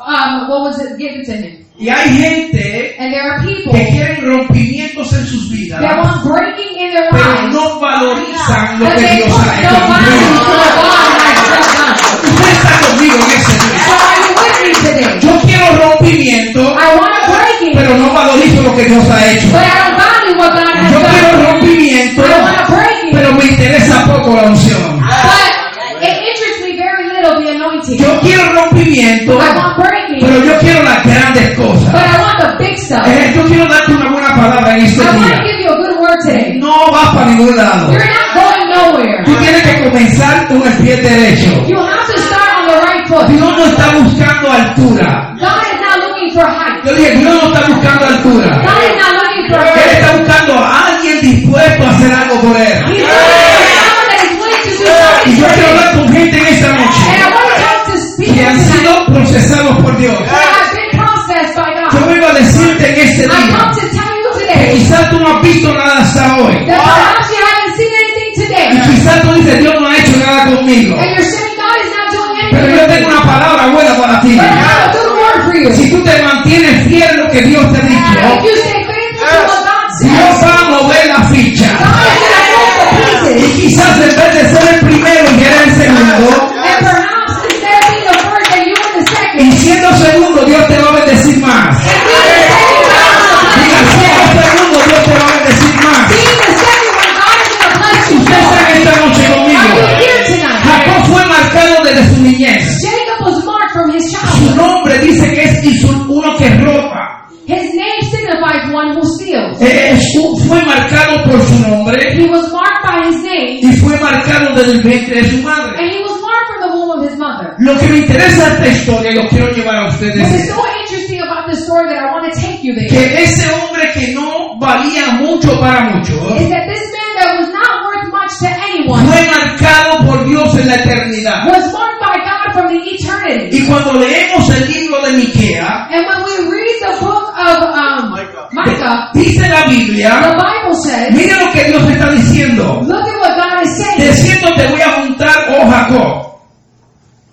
Um, what was it given to him? Y hay gente And there are people que quieren rompimientos en sus vidas, that want breaking in their pero lives, no valorizan lo but que they Dios put no ha hecho. value to what God has just done. Usted está conmigo en ese día. So are you with me today? Yo quiero rompimiento, I want to break it, pero no valorizo lo que Dios ha hecho. but I don't value what God Yo has quiero done. rompimiento, I want to break it. pero me interesa poco la unción. But it interests me very little the anointing. Yo quiero rompimiento, I want breaking, pero yo quiero las grandes but cosas. I want the big stuff. Eh, Yo quiero darte una buena palabra en este I want día. to give you a good word word today. No vas para ningún lado. You're not going nowhere. Tú tienes que comenzar con el pie derecho. You have to start on the right foot. Dios no está buscando altura. God is not looking for height. Yo dije, Dios no está buscando altura. God is not looking for Él height. está buscando a alguien dispuesto a hacer algo por él. He's looking for someone that is willing to do something. Y yo quiero hablar con gente en esta And I noche want to come to speak que han tonight sido procesados por Dios. that I've been processed by Yo God. vengo a decirte en este I come día to tell you que today quizás tú no has visto nada hasta hoy. that perhaps you haven't seen anything today. Y quizás tú dices, Dios no ha hecho nada conmigo. And you're saying God is not doing Pero yo anything. tengo una palabra buena para ti. But I have a good word for you. Si tú te mantienes fiel a lo que Dios te If dijo, you stay faithful to what God Dios says, va a mover la ficha. God is going to move the Y pieces. quizás en vez de ser el primero y eres el segundo, And perhaps instead of being the first and you in the second, y siendo segundo Dios te va a bendecir más. and being the second God is going to bless you. Y siendo segundo Dios te va a bendecir más. Being the second one, God is going to bless you Usted more. está esta noche Are you conmigo. here tonight? Jacob fue marcado desde su niñez. Jacob was marked from his Su childhood. nombre dice que es Isur- uno que roba. His name signifies one who steals. Eh, su- Fue marcado por su nombre He was marked by his name, y fue marcado desde el vientre de su madre. and he was marked from the womb of his mother. Lo que me interesa de esta historia, y lo quiero llevar a What is ustedes, so interesting about this story that I want to take you es there que ese hombre que no valía mucho para muchos, is that this man that was not worth much to anyone fue marcado por Dios en la eternidad. was marked by God from the eternity. Y cuando leemos el libro de Miquea, And when we read the book of um, Micah, dice la the Biblia, Bible says, mira lo que Dios está diciendo, look at what God is saying. diciendo te voy a juntar, oh Jacob.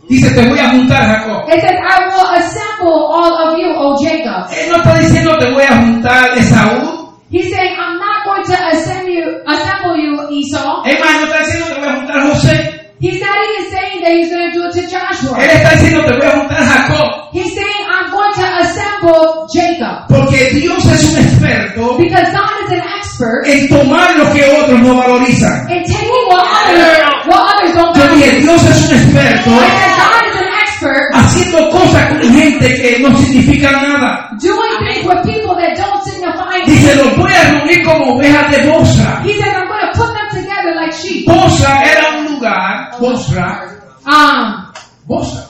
Dice te voy a juntar, Jacob. It says, I will assemble all of you, O Jacob. Él no está diciendo te voy a juntar, Esaú. He's saying, I'm not going to assemble you, assemble you Esau. Es más, no está diciendo te voy a juntar, José. He's not even saying that he's going to do it to Él Joshua. está diciendo te voy a juntar, Jacob. He's saying, I'm going to assemble Jacob. Porque Dios es un experto Because God is an expert en tomar lo que otros no valorizan. in taking what others, what others don't Yo dije, value. Dios es un experto Because God is an expert haciendo cosas con gente que no significa nada. doing things with people that don't signify Dice, anything. los voy a reunir como ovejas de Bosa. He says, I'm going to put them together like sheep. Bosa era un lugar, Bosa, Um, Bosa,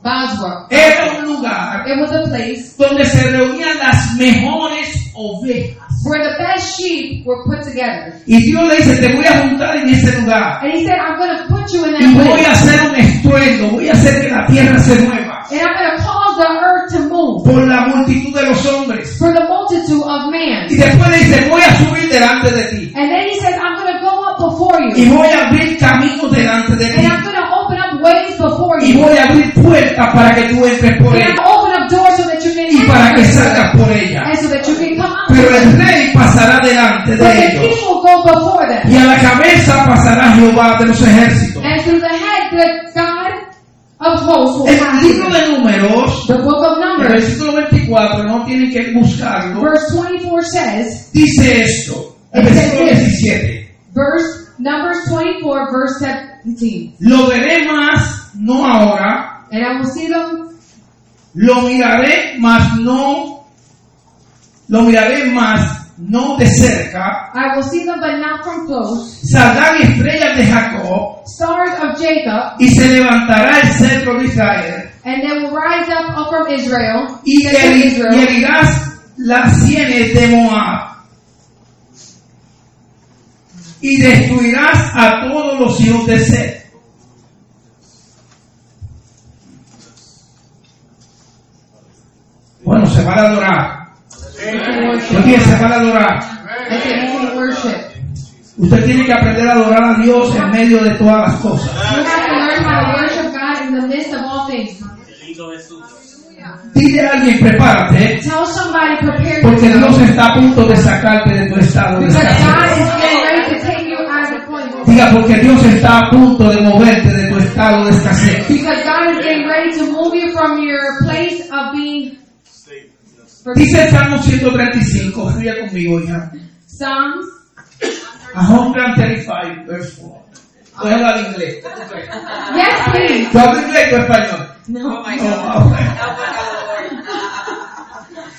Bosworth. era un lugar It was a place donde se reunían las mejores ovejas. where the best sheep were put together. Y Dios le dice, te voy a juntar en ese lugar And he said, I'm going to put you in y that voy a place. hacer un estruendo, voy a hacer que la tierra se mueva And I'm going to cause the earth to move por la multitud de los hombres. for the multitude of man. Y después le dice, voy a subir delante de ti And then he says, I'm going to go up before y you. voy a abrir caminos delante de And ti. I'm going to open up ways before y you. voy a abrir puertas para que tú entres por And I'm going ella to open up doors so that you can y para que enter. salgas por ella. And so that you can come out. Pero el rey pasará delante But de the ellos king will go before them. y a la cabeza pasará Jehová de los ejércitos. And through the head, the God of hosts will El pass libro it. de números, The book of el Numbers, versículo 24, no tienen que buscarlo, verse 24 says, dice esto, el versículo 17, verse Numbers 24, verse 17. lo veré más, no ahora, And I will see them, lo miraré más, no, lo miraré más, no de cerca, I will see them, but not from close. saldrán estrellas de Jacob Stars of Jacob, y se levantará el centro de Israel and they will rise up, up from Israel. y, heri- Israel. y herirás las sienes de Moab y destruirás a todos los hijos de Seth. Bueno, se van a adorar. Yo dije, se van a adorar. And they will worship. Usted tiene que aprender a adorar a Dios en medio de todas las cosas. You have to learn how to worship God in the midst of all things. Dile a alguien, prepárate, Tell somebody, prepare porque Dios yourself. está a punto de sacarte de tu estado de Because God escasez. is getting ready to take you out of the point. Diga porque Dios está a punto de moverte de tu estado de escasez. Because God is getting ready to move you from your place of being. For Dice el Salmo 135, fría conmigo hija. Psalms 135, verse 4. Voy a hablar inglés. Yes, please. ¿Tú hablas inglés o español? Oh my No. God.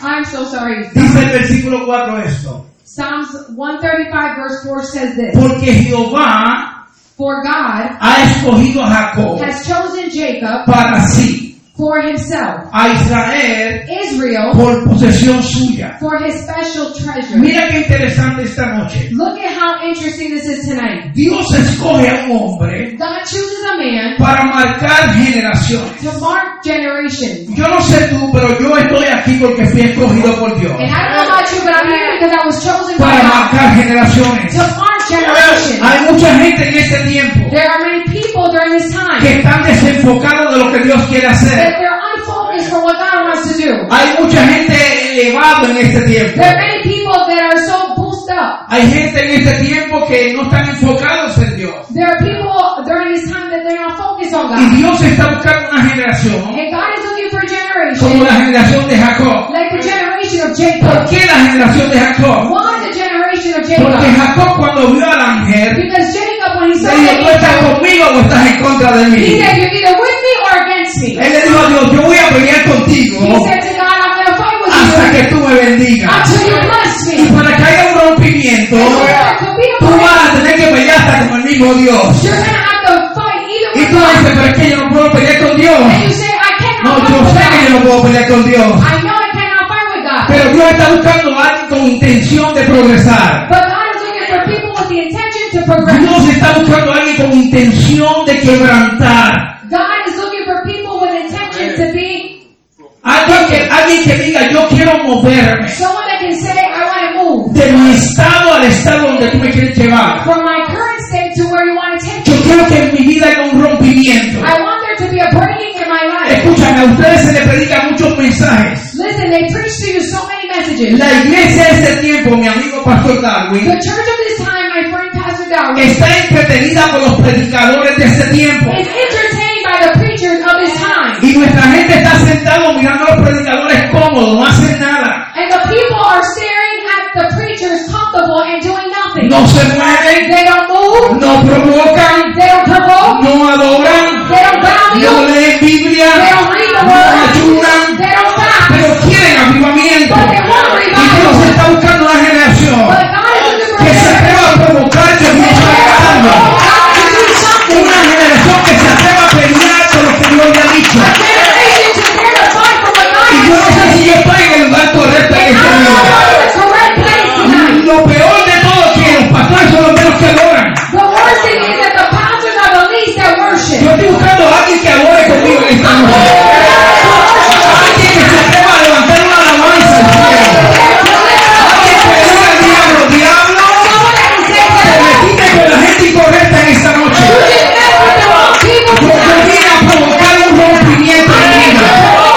I'm so sorry. Dice el versículo 4 esto. Psalms 135 verse 4 says this. Porque Jehová For God ha escogido a Jacob has chosen Jacob para sí, for himself, a Israel Israel por posesión suya. for his special treasure. Mira qué interesante esta noche. Look at how interesting this is tonight. Dios escoge a un hombre God chooses a man para marcar generaciones. to mark generations. Yo no sé tú, pero yo estoy aquí porque fui escogido por Dios And I don't know about you, but I'm here because I was chosen by para God marcar generaciones. to mark generations. Hay mucha gente en este tiempo There are many people during this time que están desenfocados de lo que Dios quiere hacer. that they're unfocused from what God wants to do. Hay mucha gente elevada en este tiempo. There are many people that are so boosted up. Hay gente en este tiempo que no están enfocados en Dios. There are people during this time that they're not focused on Y God. Dios está buscando una generación And God is looking for a como generation la generación de Jacob. like the generation of ¿Por Jacob. qué la generación de Jacob? Why the generation of Porque Jacob? Jacob cuando vio al ángel, Because Jacob, when he saw le dijo, ¿tú estás the angel, conmigo o estás en contra de He mí? said, You're either with me or against me. Él le dijo a Dios, yo voy a pelear He contigo said to God, I'm going to fight hasta with you que tú me bendigas. until you bless me. Y para que haya un rompimiento, And so there could be a tú fight. vas a tener que pelear hasta con el mismo Dios. You're going to have to fight either Y with tú God. dices, pero es que yo no puedo pelear con Dios. And you say, I No, cannot yo sé fight que with yo God. no puedo pelear con Dios. I know I cannot fight with God. Pero Dios está buscando a alguien con intención de progresar. But God is looking for people with the intention to progress. Dios está buscando a alguien con intención de quebrantar. God is looking for people with intention to be Alguien que, alguien que diga, yo quiero moverme someone that can say, I want to move de mi estado al estado donde tú me quieres llevar. from my current state to where you want to take Yo me. quiero que en mi vida haya un rompimiento. I want there to be a breaking in my life. Escúchame, a ustedes se les predican muchos mensajes. Listen, they preach to you so many messages. La iglesia de este tiempo, mi amigo Pastor The Darwin, church of this time, my friend Pastor Dowd, está entretenida por los predicadores de este tiempo. is entertained by the preachers of his time. Y nuestra gente está sentada mirando a los predicadores cómodos, no hacen nada. And the people are staring at the preachers comfortable and doing nothing. No se mueven, They don't move, no provocan, they don't provoke, no adoran, they don't value, no leen Biblia, they don't read the no word, ayudan, they don't fast. pero quieren avivamiento. Y Dios está buscando una generación But God is looking for que people se atreva a provocar que Dios that está are dando. God to do something. Una generación que se atreva a pelear con lo que Dios le ha dicho. A generation to bear the fight for what God Y yo no sé has si yo estoy en el lugar correcto en And I este don't know momento. if it's the correct place tonight. Lo peor de todo es que los pastores son los menos que adoran. The worst thing is that the pastors are the least that worship. Yo estoy buscando a alguien que adore conmigo en esta noche. Alguien que se atreva a levantar una alabanza al cielo. Alguien que le diga al diablo, diablo, te metiste con la gente incorrecta en esta noche. Yo te vine a provocar un rompimiento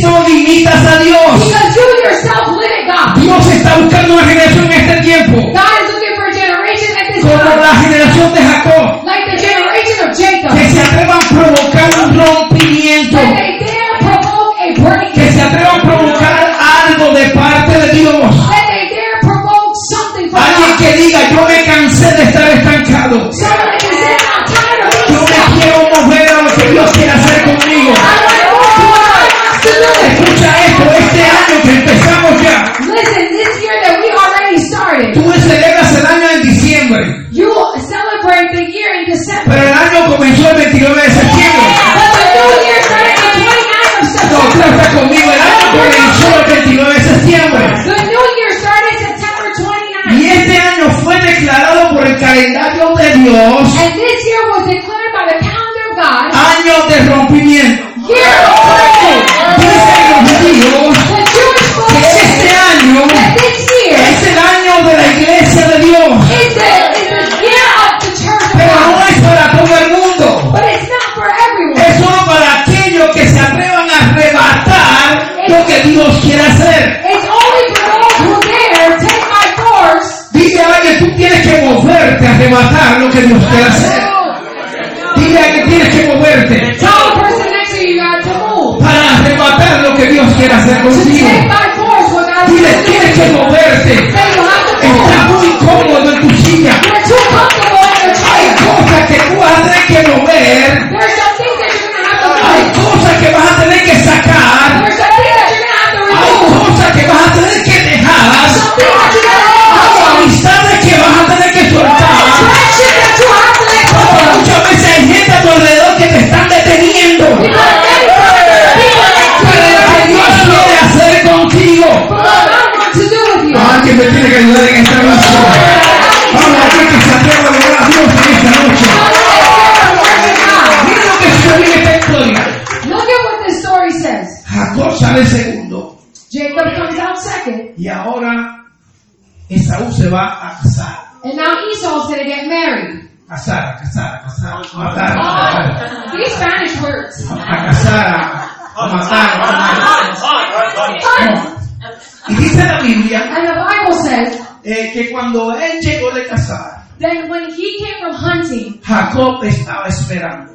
este este comenzó el 29 de But septiembre. the new year started the 29th of No, September. trata conmigo, el año comenzó el 29 de septiembre. The new year started September 29th. Y este año fue declarado por el calendario de Dios And this year was declared by the calendar of God. año de rompimiento. Year of breaking. Dicen los judíos The Jewish que folks este año that this year es el año de la iglesia de Dios, is the, is the year of the church of pero no God. es para todo el mundo. But it's not for everyone. Es solo para aquellos que se atrevan a arrebatar lo que Dios quiere hacer. It's only for those who dare take my force. Dile a alguien, tú tienes que moverte a arrebatar lo que Dios quiere hacer. Dile a alguien, tienes que moverte Tell the person next to you, you got to move. para arrebatar lo que Dios quiere hacer To contigo. take by force what God Dile, is doing. tienes que moverte. Say you have to Estás move. muy cómodo en tu silla. You're too comfortable in your Hay chair. cosas que tú vas a tener que mover. There's some things that you're gonna have to Hay move. cosas que vas a tener que sacar. There's some things that you're gonna have to Hay remove. cosas que vas a tener que dejar. Some things that you gotta let go Hay of. amistades que vas a tener que soltar. Friendship that you have to let go Porque of. muchas veces hay gente a tu alrededor que te están deteniendo. You gotta thank for people that Para you lo que Dios quiere hacer contigo. for what God wants to do with you. Alguien me tiene Ah, que ayudar en esta noche. Vamos a ver que se atreva a lograr a Dios en esta noche. Mira lo que sucede en este esta historia. Look at what this story says. Jacob sale segundo Jacob comes out second, y ahora Esaú se va a casar. and now Esau's gonna get married. Casar, a casar, a casar, a matar, a matar. These Spanish words. A casar, a- a matar, a matar. No. Y dice la Biblia And the Bible says, eh, que cuando él llegó de casar, then when he came from hunting, Jacob estaba esperando.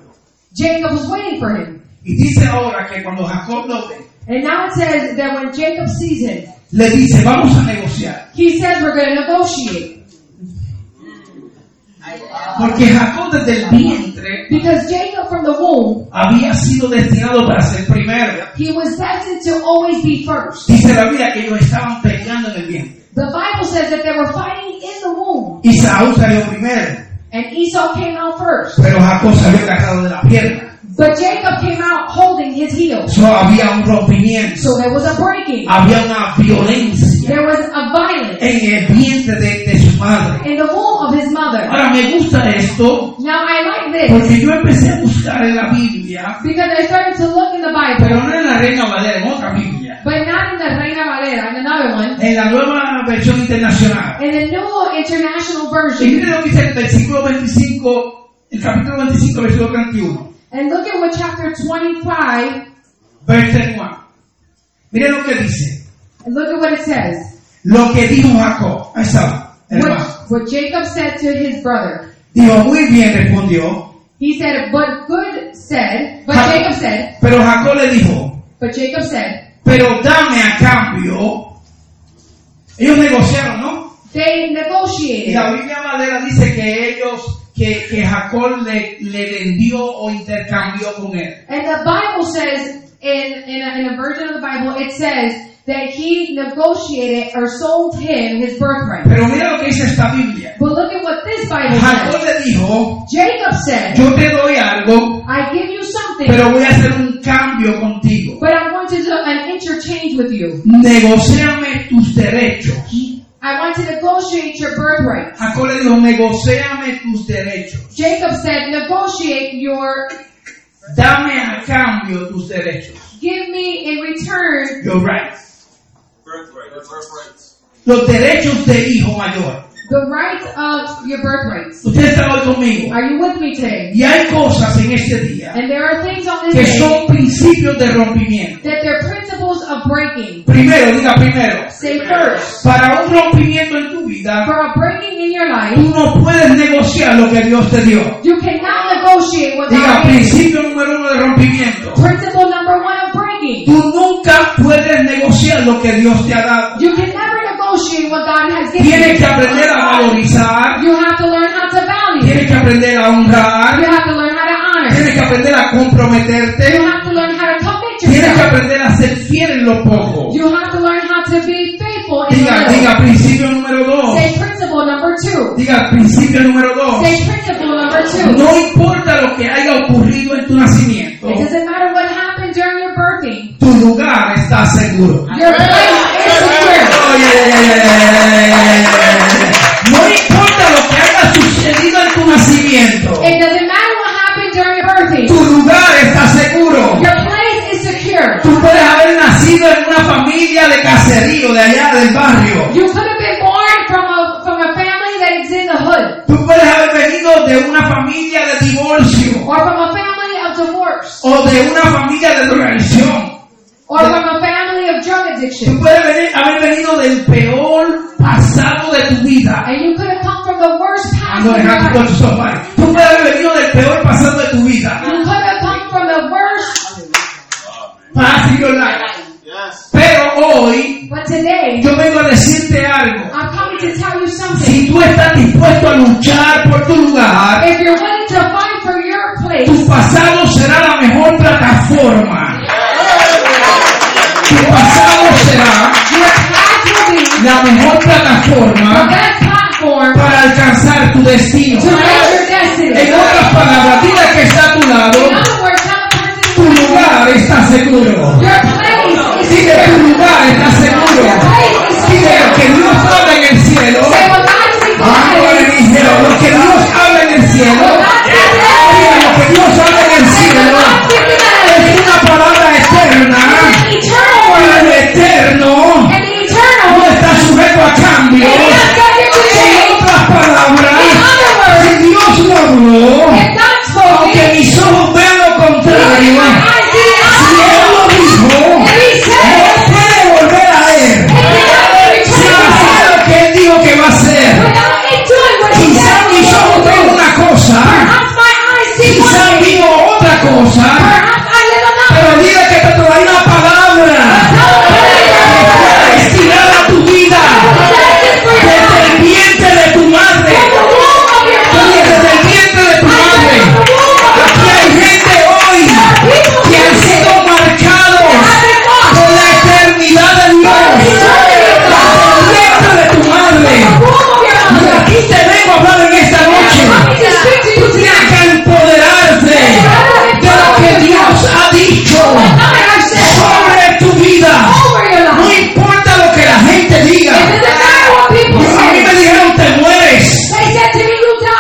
Jacob was waiting for him. Y dice ahora que cuando Jacob lo ve, And now it says that when Jacob sees him, le dice, vamos a negociar. he says, we're gonna negotiate. Porque Jacob desde el vientre Because Jacob from the womb, había sido destinado para ser primero. he was destined to always be first. Dice la Biblia que ellos estaban peleando en el vientre. The Bible says that they were fighting in the womb, Y Saúl salió primero, and Esau came out first. pero Jacob salió cargado de la pierna. But Jacob came out holding his heels. So había un rompimiento, So there was a breaking. había una violencia There was a violence en el vientre de, de su madre. in the womb of his mother. Ahora me gusta esto Now I like this porque yo empecé a buscar en la Biblia, because I started to look in the pero Bible, no en la Reina Valera, en otra Biblia, but not in the Reina Valera, in another one, en la nueva versión internacional. in the New International Y Version. miren lo que dice el versículo 25, el capítulo 25, versículo 31, And look at what chapter 25, versículo 1. Miren lo que dice. and look at what it says. lo que dijo Jacob a Esaú, What, hermano. what Jacob said to his brother. Dijo, muy bien, respondió. He said, but good said, but Ja- Jacob said, Pero Jacob le dijo, but Jacob said, pero dame a cambio. Ellos negociaron, ¿no? they Y negotiated. la Biblia Madera dice que ellos, que, que Jacob le, le vendió o intercambió con él. And the Bible says, in, in, a, in a version of the Bible, it says that he negotiated or sold him his birthright. Pero mira lo que dice esta Biblia. But look at what this Bible Jacob says. le dijo, Jacob said, yo te doy algo, I give you something, pero voy a hacer un cambio contigo. but I'm going to do an interchange with you. Negociame tus derechos. I want to negotiate your birthright. Jacob le dijo, negociame tus derechos. Jacob said, negotiate your, Dame a cambio tus derechos. give me in return Your rights. Los derechos de hijo mayor. the rights of your birthrights. Usted está hoy conmigo. Are you with me today? Y hay cosas en este día And there are things on que this day son principios de rompimiento. that they're principles of breaking. Primero, diga primero. Say first. Para un rompimiento en tu vida, For a breaking in your tú life, no puedes negociar lo que Dios te dio. you cannot negotiate with Diga God. principio número uno de rompimiento. Principle number one of breaking. Tú nunca puedes negociar lo que Dios te ha dado. You can never negotiate what God has given Tienes que you. aprender a valorizar. You have to learn how to value. Tienes que aprender a honrar. You have to learn how to honor. Tienes que aprender a You comprometerte. have to learn how to commit Tienes que yourself. aprender a ser fiel en lo poco. You have to learn how to be faithful in your Diga, life. diga, principio número dos. Say principle number two. Diga, principio número dos. Say principle number two. No importa lo que hay seguro. Your place is secure. No importa lo que haya sucedido en tu nacimiento, It doesn't matter what happened during your birthday. tu lugar está seguro. Your place is secure. Tú puedes haber nacido en una familia de caserío, de allá del barrio. You could have been born from a from a family that is in the hood, Tú puedes haber venido de una familia de divorcio or from a family of divorce, o de una familia de drogadicción. or from a family of drug Tú addiction. puedes venir- haber venido del peor pasado de tu vida. And you could have come from the worst Ah, past no, of your deja tu life. coche, sofá. Tú puedes haber venido del peor pasado de tu vida. You could have come from the worst, Past in your life. Pero hoy but today yo vengo a decirte algo. I'm coming to tell you something. Si tú estás dispuesto a luchar por tu lugar, If you're willing to fight for your place, tu pasado será la mejor plataforma. Tu pasado será your past will be la mejor the plataforma best platform para alcanzar tu destino. to reach your destiny. En otras palabras, dile al que está a tu lado, In other words, tell the person tu lugar está seguro. Your place is Dile tu lugar está seguro. Dile al que Dios habla en el cielo. Say what God is Ah, no le in dije, lo que Dios habla en el cielo. Mira, lo que Dios habla en el cielo es una palabra eterna. the eternal Para word el eterno and the eternal no word. está sujeto a cambio. It is not subject to En change. otras In palabras, other words, si Dios lo habló, if God spoke aunque it, mis ojos vean lo even contrario, my eyes did not si see it. Él lo dijo, And he said, no puede volver a Él. it cannot be Si returned hace lo que Él dijo que va a hacer, without it doing what he quizá said it mis ojos would vean do. una cosa, Perhaps my eyes see one quizá thing. digo otra cosa, Perhaps I live another. pero dile que te trae la palabra destinada a tu vida. desde el vientre de tu madre, desde el vientre de tu madre. Aquí hay gente hoy que han sido marcados por la eternidad de Dios, desde el vientre de tu madre. Y aquí te vengo a hablar en esta noche. Tú tienes que empoderarte de lo que Dios ha dicho sobre tu vida. No importa lo que la gente diga. A mí me dijeron te mueres.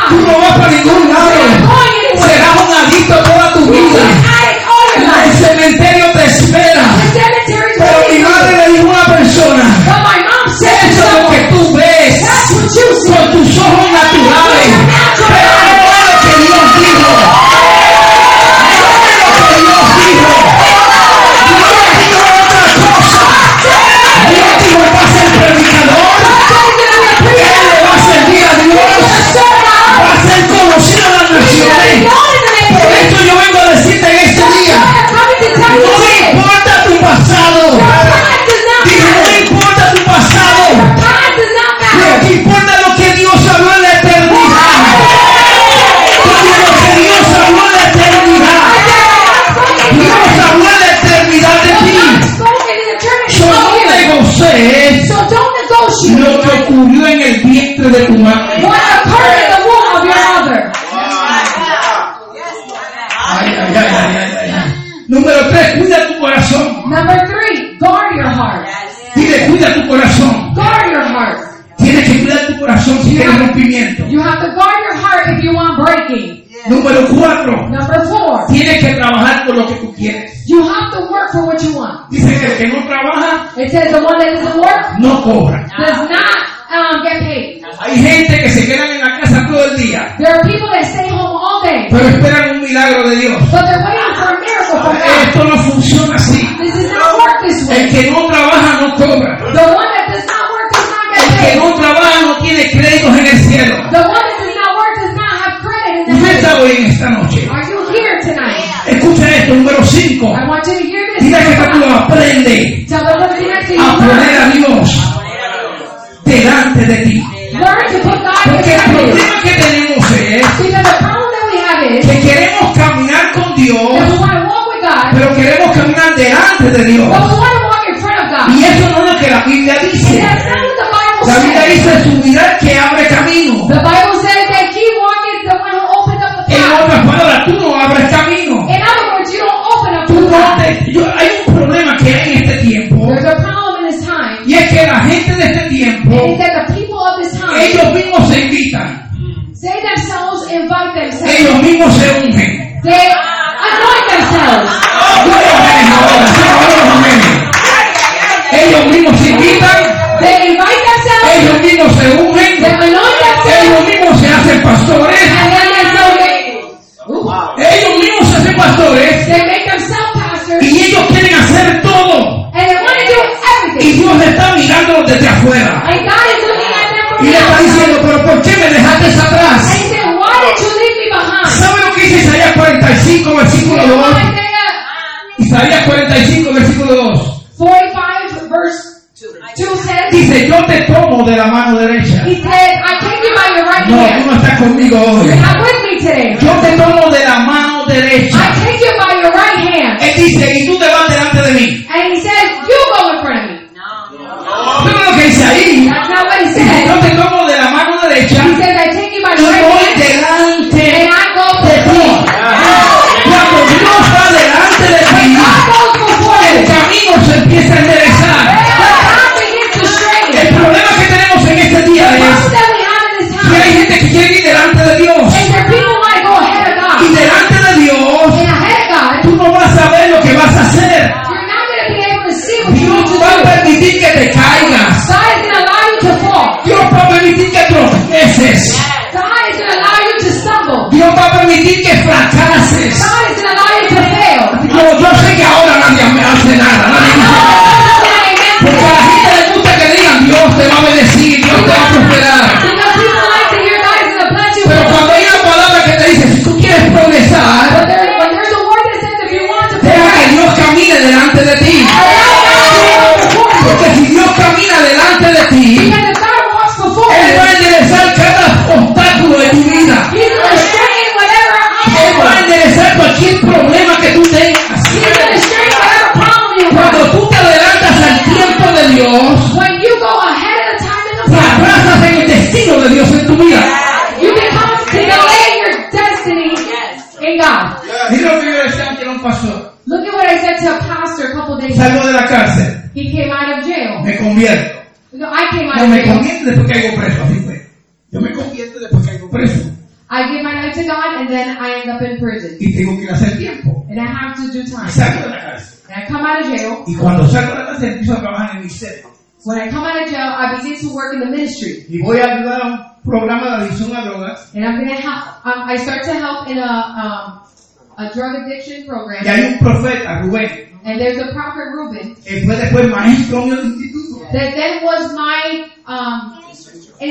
Tú no vas para ningún lado. Serás un adicto toda tu vida. El cementerio te espera. Pero mi madre le dijo a una persona, eso es lo que tú ves con tus ojos naturales. Pero no es lo que Dios dijo. No es lo que Dios dijo. Dios dijo otra cosa. Dios dijo, va a ser predicador. Él le va a servir a Dios. Va a ser conocido a las naciones. Por esto yo vengo a decirte en este día, no me importa tu pasado. Dijo, no me importa tu pasado. Lo que importa es lo que Dios habló en la eternidad. Porque lo que Dios habló en la eternidad. Dios habló en la eternidad de ti. Solo no negocies So don't negotiate lo que ocurrió en el vientre de tu madre. what occurred in the womb of your mother. Ay, ay, ay, ay, ay, ay. Número tres, cuida tu corazón. Number three, guard your heart. Dile, cuida tu corazón. Guard your heart. Tienes que cuidar tu corazón si tienes rompimiento. You have to guard your heart if you want breaking. Número cuatro, Number four, tienes que trabajar por lo que tú quieres. you have to work for what you want. Dice que el que no trabaja, It says the one that doesn't work no cobra. does not um, get paid. Hay gente que se quedan en la casa todo el día, There are people that stay home all day, pero esperan un milagro de Dios. but they're waiting for a miracle from God. Esto no funciona así. This does not work this way. El que no trabaja no cobra. The one that does not work does not get El paid. que no trabaja no tiene créditos en el cielo. The one that does not work does not have credit in the Usted heaven. está hoy en esta noche. Are you here tonight? Escucha esto, número 5. I want you to hear this. Diga que tú lo aprende Tell the person next to you. a poner a Dios delante de ti. Learn to put God in Porque your place. el problema que tenemos es Because the problem that we have is que queremos caminar con that we Dios, want to walk with God, pero queremos caminar delante de but Dios. we want to walk in front of God. Y eso no es lo que la Biblia And dice. that's not what the Bible La Biblia says. dice su mirar que abre camino. The Bible says that he walketh the one who opened up the En path. otras palabras, tú no abres camino. In other words, you don't open up Tú the no path. te- yo- hay un problema que hay en este tiempo There's a este mismos se invitan, They themselves invite themselves. ellos mismos se ungen. They anoint themselves. Dile amén ahora, sí, ahora amén. Ellos mismos se invitan, They invite themselves. ellos mismos se They ungen, anoint ellos themselves. mismos se hacen pastores, And then they know they, Ooh. ellos mismos se hacen pastores they make themselves pastors. y ellos quieren hacer todo. And they want to do Y everything. Dios está mirándolos desde afuera. And God is looking at them from the Y le está outside. diciendo, pero ¿por qué me dejaste And he atrás? said, why did you leave me behind? ¿Sabe lo que dice Isaías 45, You versículo know 2? Isaiah Isaías 45, versículo 2. 45 verse 2 says, Dice, yo te tomo de la mano derecha. he said, I take you by your right No, tú hand. no estás conmigo hoy. You're not with me today. Yo te tomo de la mano I derecha. take you by your right hand. Él dice, y tú te vas delante de mí. And he says, you go in front of me. ¿Sabe lo que dice ahí? That's not what he Dice, said. yo te tomo de la mano derecha He says, I take you by y your right voy hand. And delante I go de before ti. Cuando Dios va delante de When ti, God goes before el you, camino se empieza a enderezar. God begins to El straighten. problema que tenemos en este The día problem es that we have in this que hay time gente que quiere ir delante de Dios. is that people want to go ahead of Y God. delante de Dios, And ahead of God, tú no vas a ver lo que vas a hacer. You're not going to be able to see what you need to Dios va do. a permitir que te caigas. God is going to allow you to fall. Dios va a permitir que tropeces. God is going to allow you to stumble. Dios va a permitir que fracases. God is going to allow you to fail. No, yo sé que ahora nadie me hace nada. Nadie me hace nada. Porque a la gente le gusta que digan, Dios te va a bendecir, Dios te va a prosperar. Because people like to hear God is going to bless you. Pero cuando hay una palabra que te dice, si tú quieres But progresar, there, but there's a word that says if you want to deja que fail, Dios camine delante de ti. allow God to walk before you. Porque si Dios camina delante de ti, Because if God walks before Él you, va a enderezar cada obstáculo de tu vida. He's going to straighten whatever Él va a obstacle. enderezar cualquier problema que tú tengas. He's going to straighten whatever problem you Cuando have. tú te adelantas al tiempo de Dios, When you go ahead of the time in the te Bible, abrazas en el destino de Dios en tu vida. You become to delay your destiny in God. Mira lo que yo decía que no pasó. Look at what I said to a pastor a couple days ago. Salgo de la cárcel, He came out of jail. me convierto. No, I came out No of me jail. convierto después que caigo preso, así fue. Yo me convierto después que caigo preso. I gave my life to God and then I end up in prison. Y tengo que ir a hacer tiempo. And I have to do Y time. salgo de la cárcel. And I come out of jail. Y cuando salgo de la cárcel empiezo a trabajar en el ministerio. When I come out of jail, I begin to work in the ministry. Y voy a ayudar a un programa de adicción a drogas. And I'm gonna help. Um, I start to help in a um, a drug addiction program. Y hay un profeta, Rubén, And there's a prophet Reuben que Eh, fue después maestro en el instituto. that then was my um,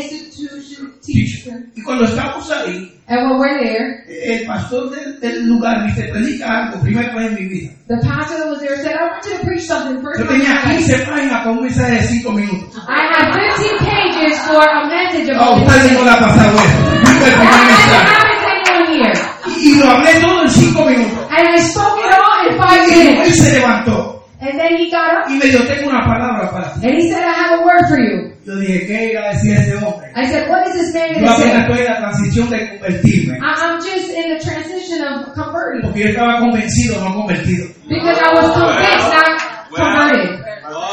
institution teacher. Y cuando estamos ahí, eh, And when we're there, el pastor del, del lugar me dice, predica algo, primera vez en mi vida. The pastor that was there said, I want you to preach something first. Yo time in tenía my life." 15 páginas con un mensaje de 5 minutos. I had 15 pages for a message A about Ah, usted no this. le ha pasado eso. Nunca el I primer mensaje. haven't had anyone here. Y, y lo hablé todo en 5 minutos. And I spoke it all in five Y él minutes. se levantó And then he got up y me dijo, tengo una palabra para ti. and he said, I have a word for you. Yo dije, ¿qué iba a decir ese hombre? I said, What is this man going Yo to apenas say? estoy en la transición de convertirme. I- I'm just in the transition of converting. Porque yo estaba convencido, no convertido. Because I was convinced, not converted.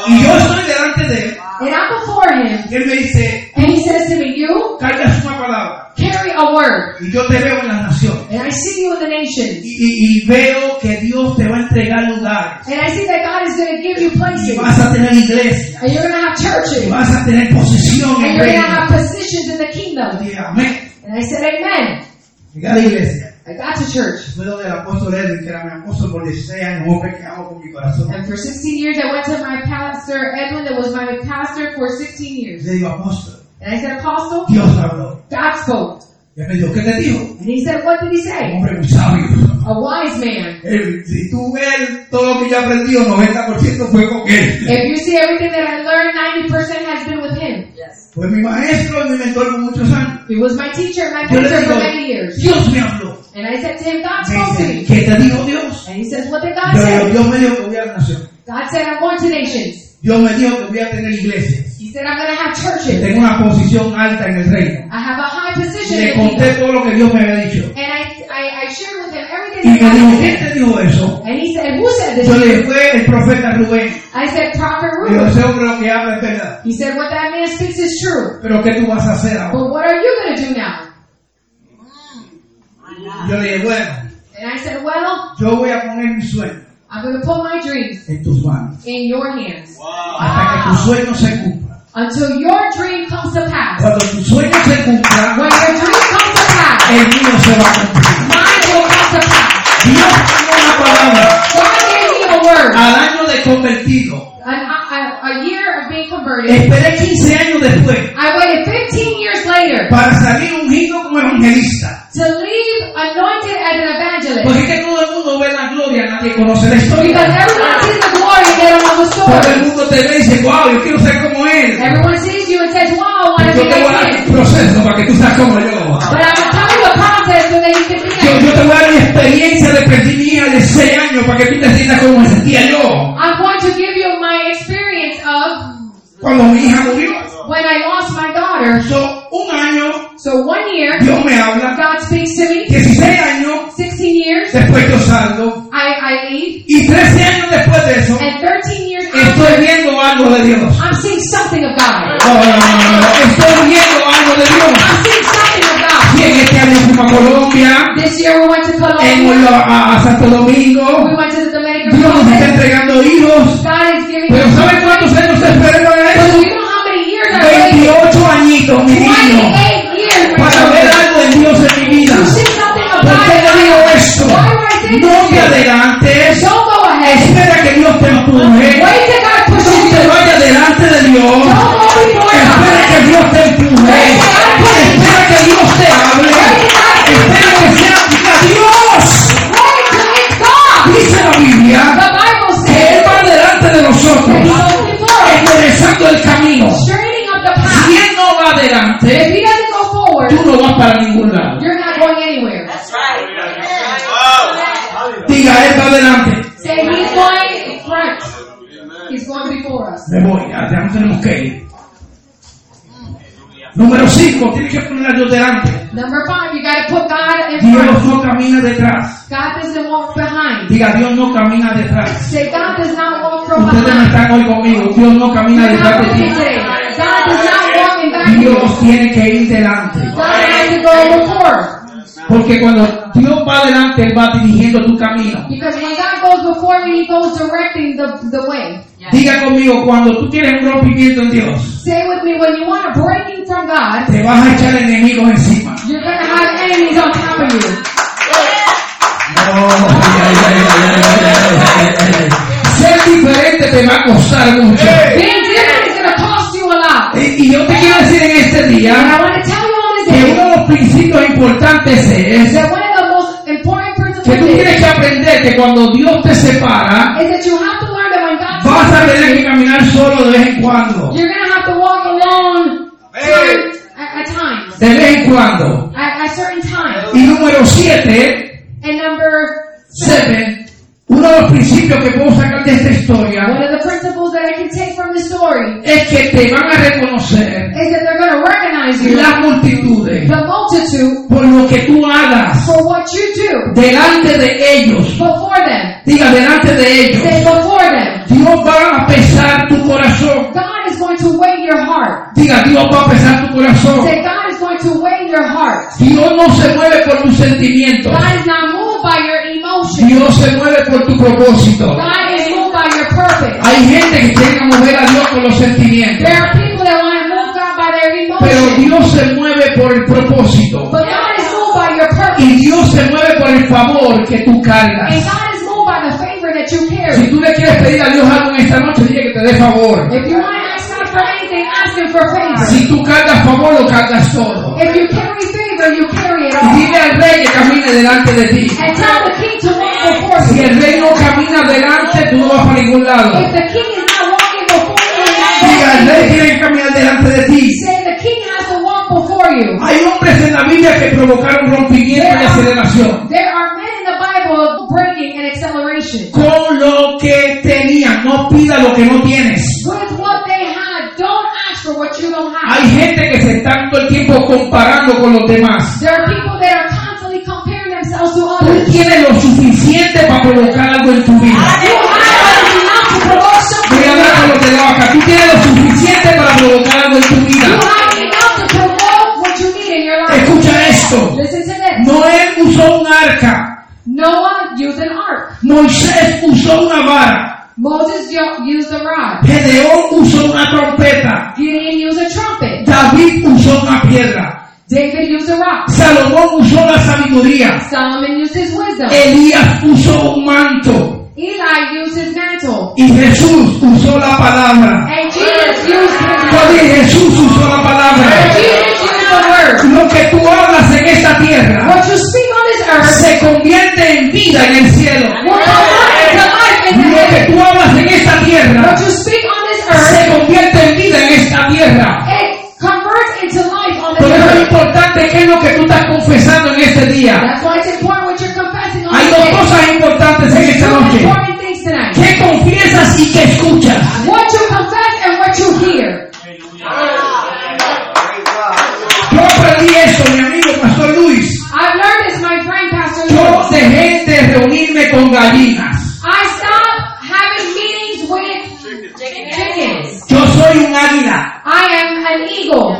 Y yo estoy delante de él. And I'm before him. Y él me dice, And he says to me, You cargas una palabra. carry a word. Y yo te veo en las naciones. And I see you in the nations. Y, y- y veo que Dios te va a entregar lugares. And I see that God is going to give you Y places. vas a tener iglesia. And you're going to have churches. Y vas a tener posesión And en you're going to reino. have positions in the Yo kingdom. dije, amén. And I said, Amen. Llegué a la iglesia. I got to church. Fue donde el apóstol Edwin, que era mi apóstol por 16 años, un hombre que amo con mi corazón. And for 16 years, I went to my pastor, Edwin, that was my pastor for 16 Y years. le digo, apóstol, And I said, Apostle, Dios habló. God spoke. Y él me dijo, ¿qué te dijo? And he said, What did he Un say? hombre muy sabio. A wise man. Él, si tú ves todo lo que yo he aprendido, 90% fue con él. If you see everything that I learned, 90% has been with him. Fue mi maestro y mi mentor por muchos años. He was my teacher and my Yo le pastor for many digo, years. Oh, Dios me habló. And I said to him, God spoke to Me dice, me. ¿qué te dijo Dios? And he says, What did God Yo say? le digo, Dios me dijo que voy a la nación. God said, I'm going to nations. Dios me dijo que voy a tener iglesias. He said, I'm going to have Que churches. tengo una posición alta en el reino. I have a high position Le in the kingdom. conté todo lo que Dios me había dicho. And I, I, I shared with him everything Y y me dijo, ¿quién te dijo eso? And he said, who said this? Yo to le dije, you?" fue el profeta Rubén. I said, prophet Yo Ruth. ese hombre lo que habla es verdad. He said, what that man speaks is true. Pero ¿qué tú vas a hacer ahora? But what are you going to do now? Yo le dije, bueno, And I said, well, yo voy a poner mi sueño I'm going to put my dreams en tus manos. in your hands Hasta que tu sueño se cumpla. until your dream comes to pass. Cuando tu sueño se cumpla, When your dream comes to pass, el mío se va a cumplir. mine will come to pass. Dios tiene una palabra God gave me a word, al año de convertido. an, a, a, a year of being converted. Esperé 15 años después I waited 15 years later para salir ungido como evangelista. to leave anointed as an evangelist Porque es que todo el mundo ve la gloria, nadie conoce la because historia. everyone sees the glory and they don't know the Todo el story. mundo te ve y dice, wow, yo quiero ser como él. Everyone sees you and says, wow, I want to Yo be te like voy a dar him. un proceso para que tú seas como yo. But I will tell you a process so that you can be Yo, like yo te voy a dar mi experiencia de perdí mi hija de 6 años para que tú te sientas como me sentía yo I'm going to give you my experience of cuando mi hija murió. when I lost my daughter. So, un año, So one year, Dios me habla. God speaks to me. 16 años, 16 years, después yo salgo. I, I leave. Y 13 años después de eso, And 13 years after, estoy viendo algo de Dios. I'm seeing something of God. No, no, no, no, no. Estoy viendo algo de Dios. I'm seeing something of God. Y en este año fuimos a Colombia, This year we went to en lo- Colombia. a, a Santo We Domingo. went to the Dominican Dios nos está Republic. entregando hijos. God is giving Pero us. ¿saben cuántos años espero para But eso? you know how many years I waited? 28 añitos, mi niño. 28 years. Para ver algo de Dios en mi vida. You see something of ¿Por qué te digo God. esto? Why would I say No te this? adelantes. Don't go ahead. Espera que Dios te empuje. Wait till God pushes No you. te vayas delante de Dios. Don't go before Espera God. que Dios te empuje. Espera que Dios te hable. Espera que sea a Dios. Wait till it's God. Dice la The Biblia Bible que Él says va delante de that He nosotros, goes before, enderezando el camino. straightening up the Si path. Él no va If adelante, He doesn't go forward, tú no vas para ningún lado. You're not going anywhere. That's right. Diga, Él va adelante. Say he's going in front. He's going before us. Me voy, allá no tenemos que ir. Número 5, tienes que poner a Dios delante. Number five, you gotta put God in Dios front. no camina detrás. God doesn't walk behind. Diga, Dios no camina detrás. Say God does not walk from Ustedes no behind. están hoy conmigo. Dios no camina You're not detrás de with me ti. today. God does not walk in back of you. Dios tiene que ir delante. God has to go before. Porque cuando Dios va adelante, Él va dirigiendo tu camino. Because when God goes before me, He goes directing the, the way. Diga conmigo, cuando tú tienes un rompimiento en Dios, Say with me, when you want a breaking from God, te vas a echar enemigos encima. you're gonna have enemies on top of you. No. Ser diferente te va a costar mucho. Being different is gonna cost you a lot. Y y yo te quiero decir en este And I día want to tell you on this que day. uno de los principios importantes is es that one of the most important que tú principles is tienes que aprender que cuando Dios te separa, that you have to learn that when God Vas a says tener que caminar solo de vez en cuando. you're gonna have to walk alone Hey. time, at, at times, De vez en cuando. at, at certain times. Y número 7, And number uno de los principios que puedo sacar de esta historia one of the principles that I can take from the story es que te van a reconocer is that they're gonna recognize you, las multitudes the multitude, por lo que tú hagas for what you do delante de ellos. before them. Diga, delante de Say ellos. before them. Dios va a pesar tu corazón. God is going to weigh your heart. Diga, Dios va a pesar tu corazón. Say God is going to weigh your heart. Dios no se mueve por tus sentimientos. God is not moved by your emotions. Dios se mueve por tu propósito. God is moved by your purpose. Hay gente que tiene que mover a Dios con los sentimientos, There are people that want to move God by their pero emotions, Dios se mueve por el propósito but God is moved by your purpose, y Dios se mueve por el favor que tú and cargas. God is moved by the favor that you Si carry. tú le quieres pedir a Dios algo en esta noche, dile que te dé favor. If you want to ask God for anything, ask Him for favor. Si tú cargas favor, lo cargas todo. If you carry favor, you carry it Y all. dile al rey que camine delante de ti. And tell the king to walk before Si you. el rey no camina delante, tú no vas para ningún If lado. the king is not walking before you, and not Diga, el backing rey tiene que caminar delante de ti. you, say the king has to walk before you. Hay hombres en la Biblia que provocaron rompimiento y aceleración. There are men in the Bible breaking and acceleration. con lo que tenías, no pida lo que no tienes. With what they have, don't ask for what you don't have. Hay gente que se está todo el tiempo comparando con los demás. There are people that are constantly comparing themselves to ¿Por others. qué tienes lo suficiente para provocar algo en tu vida. You have enough to provoke something. Voy a hablar con los de la vaca. Tú tienes lo suficiente para provocar algo en tu You vida. have enough to provoke what you need in your life. Escucha esto. Listen to this. Noé usó un arca. Noah used an ark. Moisés usó una vara. Moses yo- used a rod. Gedeón usó una trompeta. Gideon used a trumpet. David usó una piedra. David used a rock. Salomón usó la sabiduría. Solomon used his wisdom. Elías usó un manto. Eli used his mantle. Y Jesús usó la palabra. And Jesus used his Oye, Jesús usó la palabra. Jesus used the word. Lo que tú hablas en esta tierra What you speak on this earth se convierte en vida en el cielo. will convert into life in Lo que heaven. tú hablas en esta What tierra you speak on this se earth, convierte en vida en esta tierra. it converts into life on Por this eso lo earth. importante que es lo que tú estás confesando en este día. That's why it's important what you're confessing on Hay this dos day. cosas importantes en esta Two noche. important things tonight. ¿Qué confiesas y qué escuchas? What you confess and what you hear. Yo aprendí esto, mi amigo Pastor Luis. I've learned this, my friend, Pastor Yo Lewis. dejé de reunirme con gallinas. I stopped having meetings with chickens. Yo soy un águila. I am an eagle.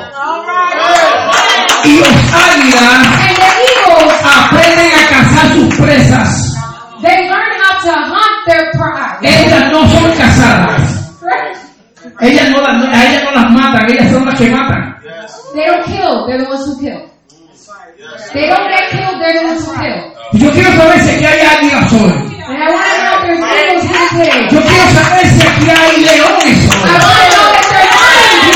Y los águilas And the eagles, aprenden a cazar sus presas. they learn how to hunt their pride. Ellas no son cazadas. Ellas no las, a ellas no las matan, ellas son las que matan. They don't kill, they're the ones who kill. They don't get killed, they're the ones who kill. Y Yo quiero saber si aquí hay águilas hoy. And I want to know if there's eagles here today. Yo quiero saber si aquí hay leones I hoy. want to know if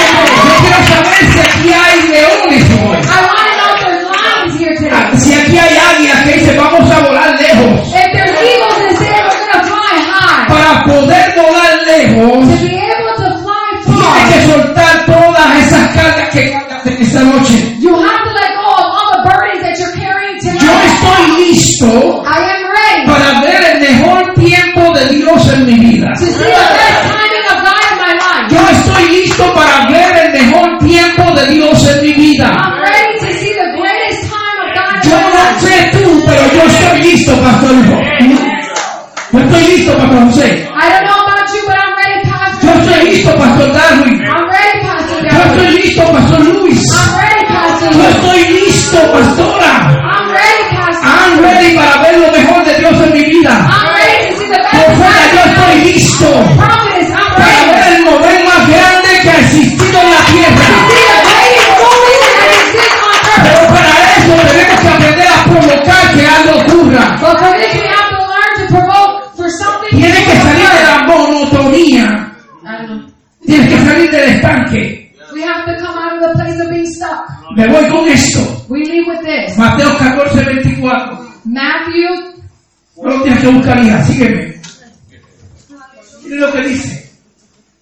there's lions here today. Yo quiero saber si aquí hay leones hoy. I want to know if there's lions here today. Ah, Si aquí hay águilas que dicen vamos a volar lejos. If there's eagles in this area, we're going to fly high. Para poder volar lejos, To be able to fly tienes far, que soltar todas esas cargas que cargas en esta noche. you have to let go of all the burdens that you're carrying Yo tonight. estoy listo I am ready para ver el mejor tiempo de Dios en mi vida. to see the best timing of God in my life. Yo estoy listo para ver el mejor tiempo de Dios en mi vida. I'm ready to see the greatest time of God in Yo my no life. sé tú, pero yo estoy listo, Pastor Lujo. Yo estoy listo, Pastor José. I don't know about you, but I'm ready, Yo Pastor. estoy listo, Pastor Darwin. I'm ready, Pastor. Yo Dallas. estoy listo, Pastor Luis. I'm ready, Pastor. Yo estoy listo, Pastora. I'm ready, Pastor. I'm ready para ver lo mejor de Dios en mi vida. I'm ready to see the best Profeta, yo time. estoy listo Providence, I'm para ready. ver el mover más grande que ha existido en la tierra. See the greatest movie that exists on earth. Pero para eso tenemos que aprender a provocar que algo ocurra. But for this, we have to learn to provoke for something. Tienes que salir de la monotonía. I don't know. Tienes que salir del estanque. We have to come out of the place of being stuck. Me voy con esto. We leave with this. Mateo 14, 24. Matthew, No lo tienes que buscar, hija. Sígueme. Mire lo que dice.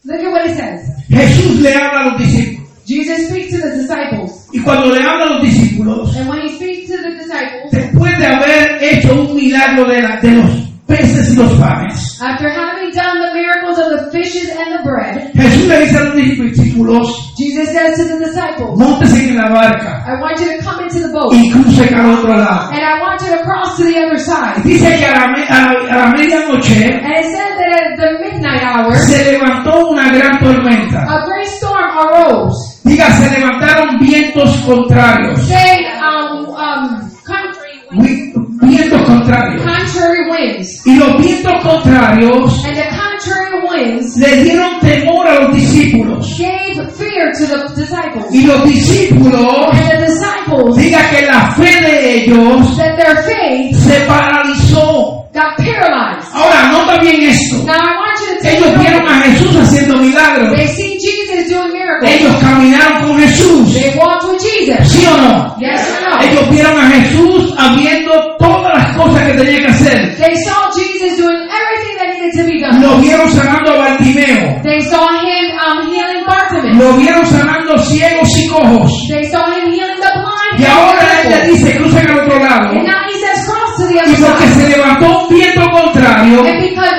look at what it says. Jesús le habla a los discípulos. Jesus speaks to the disciples. Y cuando le habla a los discípulos, And when he speaks to the disciples, después de haber hecho un milagro de, la- de los peces y los panes, after having done the miracles of the fishes and the bread, Jesús le dice a los discípulos, Jesus says to the disciples, montense en la barca I want you to come into the boat. y crucen al otro lado. And I want you to cross to the other side. Dice que a la, me- a la- a la medianoche And it said that at the midnight hour, se levantó una gran tormenta. a great storm arose. Diga, se levantaron vientos contrarios. Say, um, um, contrary winds. Vi- Vientos contrarios. Contrary winds. Y los vientos contrarios And the contrary winds le dieron temor a los discípulos. gave fear to the disciples. Y los discípulos And the disciples, diga que la fe de ellos that their faith se paralizó. got paralyzed. Ahora, nota bien esto. Now I want you to take Ellos vieron note. a Jesús haciendo milagros. They see Jesus doing miracles. Ellos caminaron con Jesús. They walked with Jesus. ¿Sí o no? Yes or no? Ellos vieron a Jesús haciendo todas las cosas que tenía que hacer. They saw Jesus doing everything that needed to be done. Lo vieron sanando a Bartimeo. They saw him um, healing Bartimaeus. Lo vieron sanando ciegos y cojos. They saw him healing the blind. Y ahora él le dice, crucen al otro lado. And now he says cross to the Y other porque side. se levantó un viento contrario, And because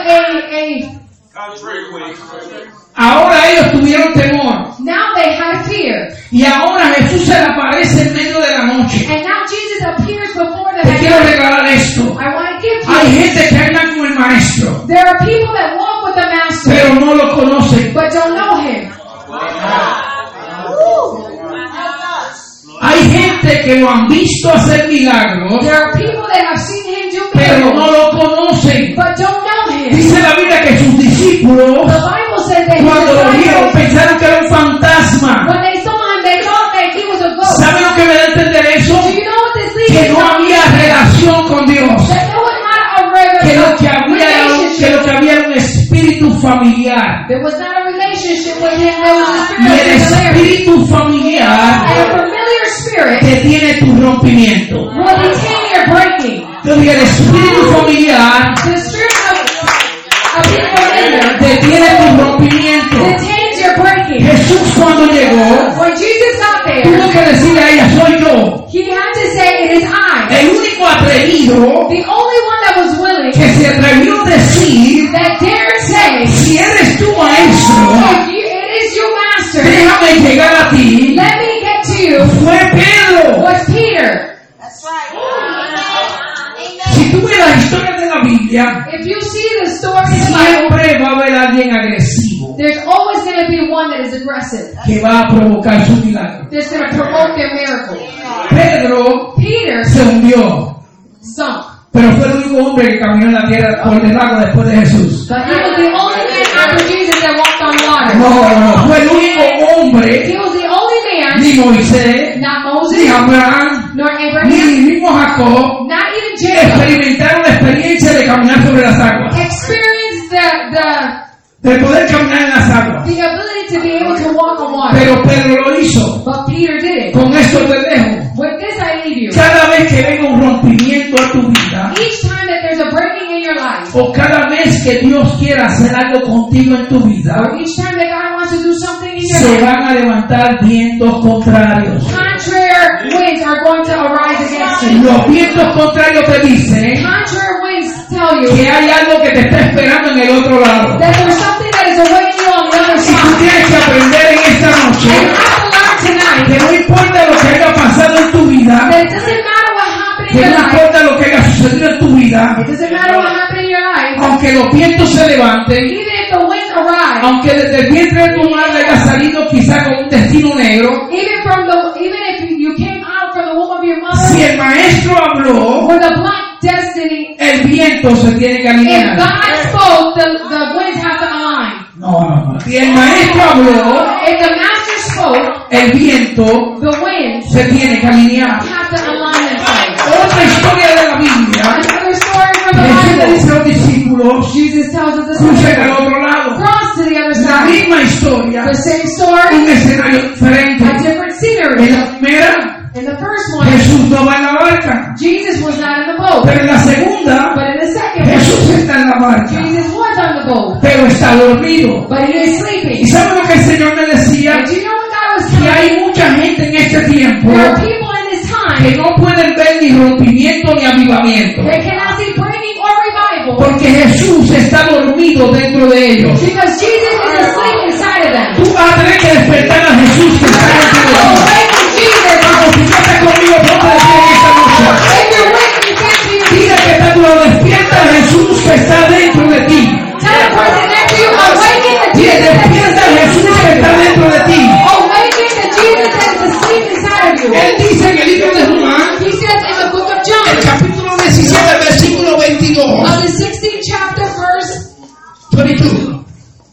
a, a ahora ellos tuvieron temor. now they had fear. Y ahora Jesús se le aparece en medio de la noche. And now Jesus appears before them. Te quiero regalar esto. I want to que lo han visto hacer milagros, There are people that have seen him do pero no miracles, lo conocen. but don't know him. Dice la Biblia que sus discípulos, The Bible says that he cuando lo vieron, was like, pensaron que era un fantasma. when they saw him, they thought that he was a ghost. ¿Saben lo que me da a entender eso? Do you know what this leads Que no to? había relación con Dios. That there was not a Que re- lo que había era un, que relationship. lo que había era un espíritu familiar. There was not a relationship with him. There was a Y el spirit of familiarity. espíritu And a familiar familiar spirit te tiene tu rompimiento. will retain your breaking. Entonces el espíritu familiar The spirit of, of being familiar te tiene tu rompimiento. detains your breaking. Jesús cuando llegó, When Jesus got there, tuvo que decirle a ella, soy yo. he had to say, It is I. El único atrevido The only one that was willing, que se atrevió a decir, that dared say, si eres tu maestro, If you, it is your master. déjame llegar a ti. Let me get to you. Fue Pedro. Was Peter. That's right. Amen. Si tú ves las historias de la Biblia, If you see the story in the Bible, siempre va a haber alguien agresivo there's always going to be one that is aggressive. que va a provocar su milagro. That's going to provoke their miracle. Pedro Peter se hundió, sunk, pero fue el único hombre que caminó en la tierra por el agua después de Jesús. but he was the only man after Jesus that walked on water. No, no, fue el único hombre, He was the only ni Moisés, man, not ni Moses, Abraham, nor ni Abraham, el mismo Jacob, not even que Jacob, experimentaron la experiencia de caminar sobre las aguas, experienced the, de poder caminar en las the, aguas. the ability to be able to walk on water. Pero Pedro lo hizo. But Peter did it. Con esto te dejo. With this, I leave you. Cada vez que venga un rompimiento a tu vida, Each time that there's a breaking in your life, o cada vez que Dios quiera hacer algo contigo en tu vida, or each time that God wants to do something in your se life, van a levantar vientos contrarios. contrary winds are going to arise against you. Los vientos contrarios te dicen Contrary winds tell you que hay algo que te está esperando en el otro lado. that there's something that is awaiting you on the other Si tú side. tienes que aprender en esta And noche you have to learn que tonight no importa lo que haya pasado en tu vida, that it doesn't matter what happened in que your no life, importa lo que haya sucedido en tu vida, it doesn't matter what happened in your life, aunque los vientos se levanten, even if the winds arise, aunque desde el vientre de tu madre haya salido quizá con un destino negro, even from the even if you came out from the womb of your si mother el maestro habló, with a black destiny, el viento se tiene que if alinear. God spoke, the, the winds have to align. No, no, no. Si el maestro habló, If the master spoke, el viento the winds se tiene que alinear. have to align themselves. Otra historia de la Biblia. Another story from Jesús le the dice Bible. a los discípulos, Jesus tells us this crucen al story. otro lado. Cross to the other La side. misma historia, The same un story, escenario a diferente. different En scenery. la primera, In the first one, Jesús no va en la barca. Jesus was not in the boat. Pero en la segunda, But in the second one, Jesús está en la barca, Jesus was on the boat. pero está dormido. But he is ¿Y sleeping. saben lo que el Señor me decía? And do you know what God was Que telling? hay mucha gente en este tiempo There are people in this que time no pueden ver ni rompimiento ni avivamiento. that cannot see breaking or revival Porque Jesús está dormido dentro de ellos. because Jesus is asleep inside of them. Tú vas a tener que despertar a Jesús que está dentro de ti. Oh, wake up, Jesus! Vamos, si no estás conmigo, ponte de pie en esta noche. If you're with me, thank you. Dile que está a tu lado, despierta a Jesús que está dentro de ti. Tell the person next to you, awaken the Dile, Jesus that is despierta a Jesús que está dentro de ti. awaken the Jesus that is asleep inside of you. Él dice en el libro de Juan, He says in the book of el John, capítulo 17, versículo 22, of the 16th chapter, verse 22,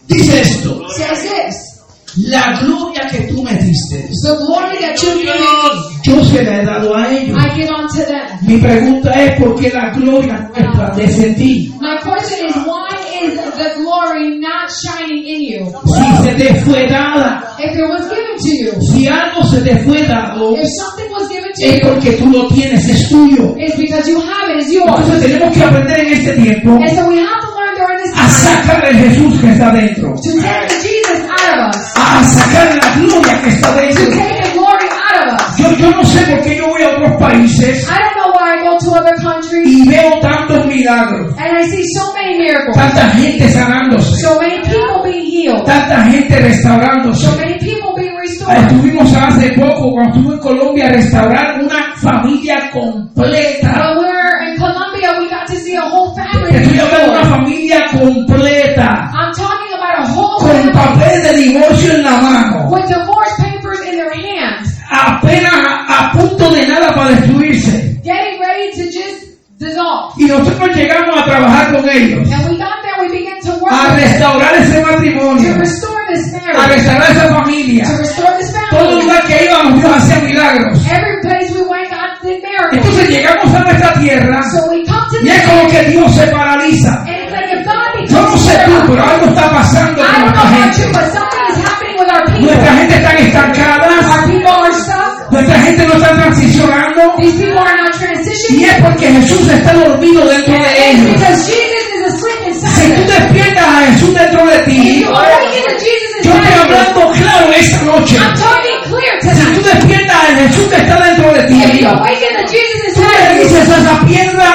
dice esto, says this: la gloria que tú me diste, The glory that you give me, yo se la he dado a ellos. I give unto them. Mi pregunta es, ¿por qué la gloria no resplandece en ti? My question is, why is the glory not shining in you? Si se te fue dada, If it was given to you, si algo se te fue dado, if something was given to es you, porque tú lo tienes, es tuyo. it's because you have it, it's yours. Entonces tenemos que aprender en este tiempo And so we have to learn during this a time sacar el Jesús que está dentro, to take the Jesus out of us. a sacar la gloria que está to dentro. take the glory out of us. Yo, yo no sé por qué yo voy a otros países I don't know why I go to other countries y veo tantos milagros, and I see so many miracles, tanta gente sanándose, so many people being healed, tanta gente so restaurándose. many people being restored. Estuvimos hace poco, cuando estuve en Colombia, a restaurar una familia completa. When we were in Colombia, we got to see a whole family Estoy hablando de una restored. familia completa, I'm talking about a whole con family papel de divorcio en la mano. with divorce papers in their hands, apenas a punto de nada para destruirse. getting ready to just dissolve. Y nosotros llegamos a trabajar con ellos, And we got there, we began to work a with it, restaurar ese matrimonio, to restore this a marriage, restaurar esa familia. to restore this Todo family. lugar que íbamos, Dios hacía milagros. Every place we went, God did miracles. Entonces llegamos a nuestra tierra So we come to y this, es como que Dios se paraliza. and it's like if God Yo no becomes sé tú, I pero algo está pasando con don't know nuestra about gente. you, but something is happening with our people. Nuestra gente está estancada, Our people are stuck. nuestra gente no está transicionando These people are not y transitioning. es porque Jesús está dormido dentro de It's ellos. because Jesus is asleep Si tú inside us. despiertas a Jesús dentro de If ti, you awaken to Jesus yo estoy inside you, hablando claro esta noche. I'm talking clear Si tú tonight. despiertas a Jesús que está dentro de ti, If you tú awaken to Jesus le inside you, dices a esa piedra,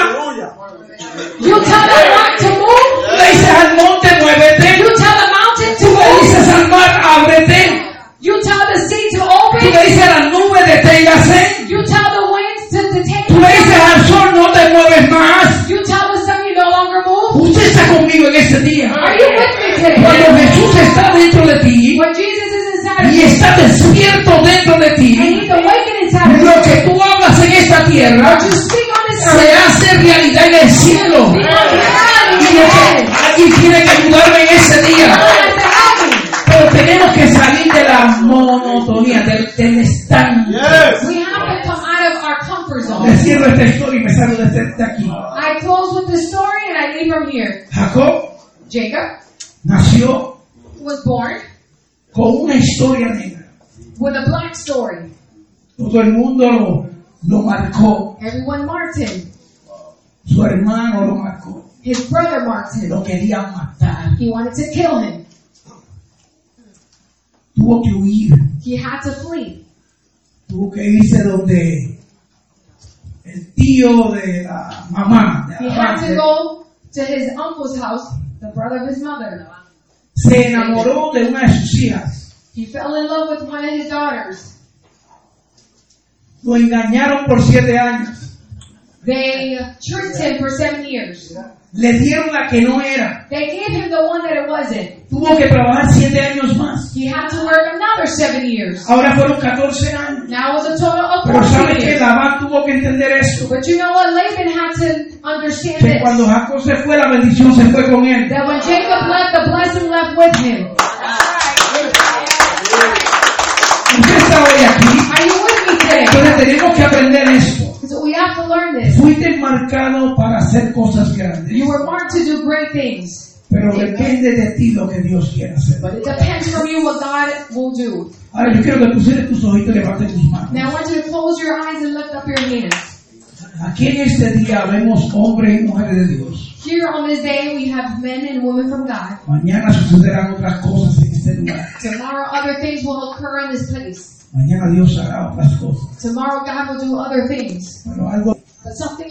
you tell that rock to move. le dices al monte, muévete, You tell the mountain to tú le move. dices al mar, ábrete, You tell the sea to tú le open. dices a la nube, deténgase, You tell the winds to, to take tú le place. dices al sol, no te mueves más. You tell the sun you no longer move. Usted está conmigo en ese día. Are you with me Cuando today? Jesús está dentro de ti When Jesus is inside of y you, está despierto dentro de and ti, He's awakened inside of you, lo que tú hablas en esta tierra you speak on this se earth. hace realidad en el cielo. Speak on the reality Y in lo heaven. que alguien tiene que ayudarme en ese día. God to heaven. Pero tenemos que salir de la monotonía, del, del stand. We have to come out of our comfort Me zone. cierro esta historia y me salgo de, este- de aquí. I close with the story and I leave from here. Jacob Jacob nació was born con una historia negra. with a black story. Todo el mundo lo, lo marcó. Everyone marked him. Su hermano lo marcó. His brother marked him. Lo querían matar. He wanted to kill him. Tuvo que huir. He had to flee. Tuvo que irse donde el tío de la mamá. de He la had to madre, go to his uncle's house, the brother of his mother. se enamoró de una de sus hijas. He fell in love with one of his daughters. Lo engañaron por siete años. They tricked him for seven years. Le dieron la que no era. They gave him the one that it wasn't. Tuvo que trabajar siete años más. He had to work another seven years. Ahora fueron 14 años. Now it was a total of Pero saben 14 que years. Labán tuvo que entender esto. But you know what? Laban had to understand Que this. cuando Jacob se fue, la bendición se fue con él. That when Jacob left, the blessing left with him. Usted está hoy aquí. Are you with me today? Entonces tenemos que aprender esto. So we have to learn this. Fuiste marcado para hacer cosas You grandes. were marked to do great things, Pero depende de ti lo que Dios quiera hacer. but it depends from you what God will do. Ahora yo quiero que pusieras tus ojitos y levantes tus Now I manos. want you to close your eyes and lift up your hands. Aquí en este día vemos hombres y mujeres de Dios. Here on this day, we have men and women from God. Mañana sucederán otras cosas en este lugar. Tomorrow, other things will occur in this place. Mañana Dios hará otras cosas. Tomorrow, God will do other things. Pero algo But something